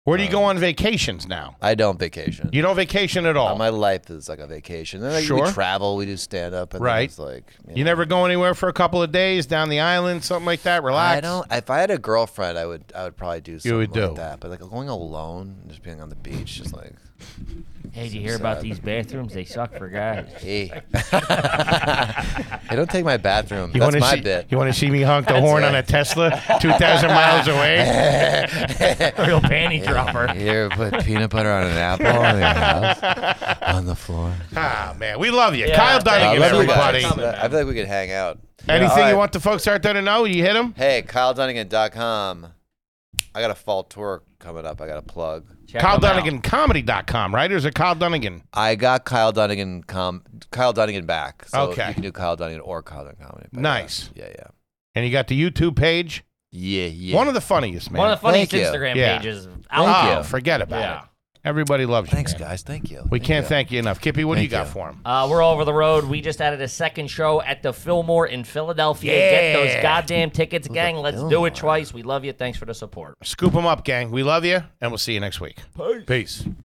B: Where do you go on vacations now?
E: I don't vacation.
B: You don't vacation at
E: Uh,
B: all.
E: my life is like a vacation. Then like,
B: Sure.
E: we travel. We do stand up. And then
B: Right.
E: It's like you
B: you
E: know.
B: never go anywhere for a couple of days down the island, something like that. Relax.
E: I don't. If I had a girlfriend, I would. I would probably do something
B: would
E: like
B: do.
E: that. But like going alone, and just being on the beach, just like
A: Hey, did you hear about these bathrooms? They suck for guys.
E: Hey. hey, don't take my bathroom.
B: You
E: That's
B: wanna
E: my
B: see,
E: bit.
B: You want to see me honk the horn on a Tesla 2,000 miles away?
A: Real panty dropper.
E: You ever put peanut butter on an apple on your house? On the floor?
B: Ah, man, we love you.
A: Yeah.
B: Kyle
E: I
B: Dunnigan,
E: love you
B: everybody.
E: guys. I feel like we could hang out.
B: Anything
E: All right.
B: you want the folks out there to know, you hit them?
E: Hey, KyleDunnigan.com. I got a fall tour coming up. I got a plug.
A: Check 'em
B: Kyle
A: out.
B: Dunnigan Comedy.com, right? Or is it Kyle Dunnigan?
E: I got Kyle Dunnigan com Kyle Dunnigan back. So
B: Okay.
E: you can do Kyle Dunnigan or Kyle Dunnigan comedy. But, uh,
B: Nice.
E: Yeah, yeah.
B: And you got the YouTube page.
E: Yeah, yeah.
B: One of the funniest, man.
A: One of the funniest
E: Thank you.
A: Instagram
B: Yeah.
A: pages.
E: Thank
B: oh,
E: you.
B: forget about
A: Yeah.
B: it. Everybody loves you.
E: Thanks,
B: man.
E: guys. Thank you.
B: We
E: Thank
B: can't
E: you.
B: thank you enough. Kippy, what do you
E: Thank
B: got
E: you.
B: for him?
A: Uh, we're all over the road. We just added a second show at the Fillmore in Philadelphia. Get
B: Yeah.
A: those goddamn tickets, gang. Let's do
E: Fillmore.
A: it twice. We love you. Thanks for the support.
B: Scoop them up, gang. We love you, and we'll see you next week. Peace.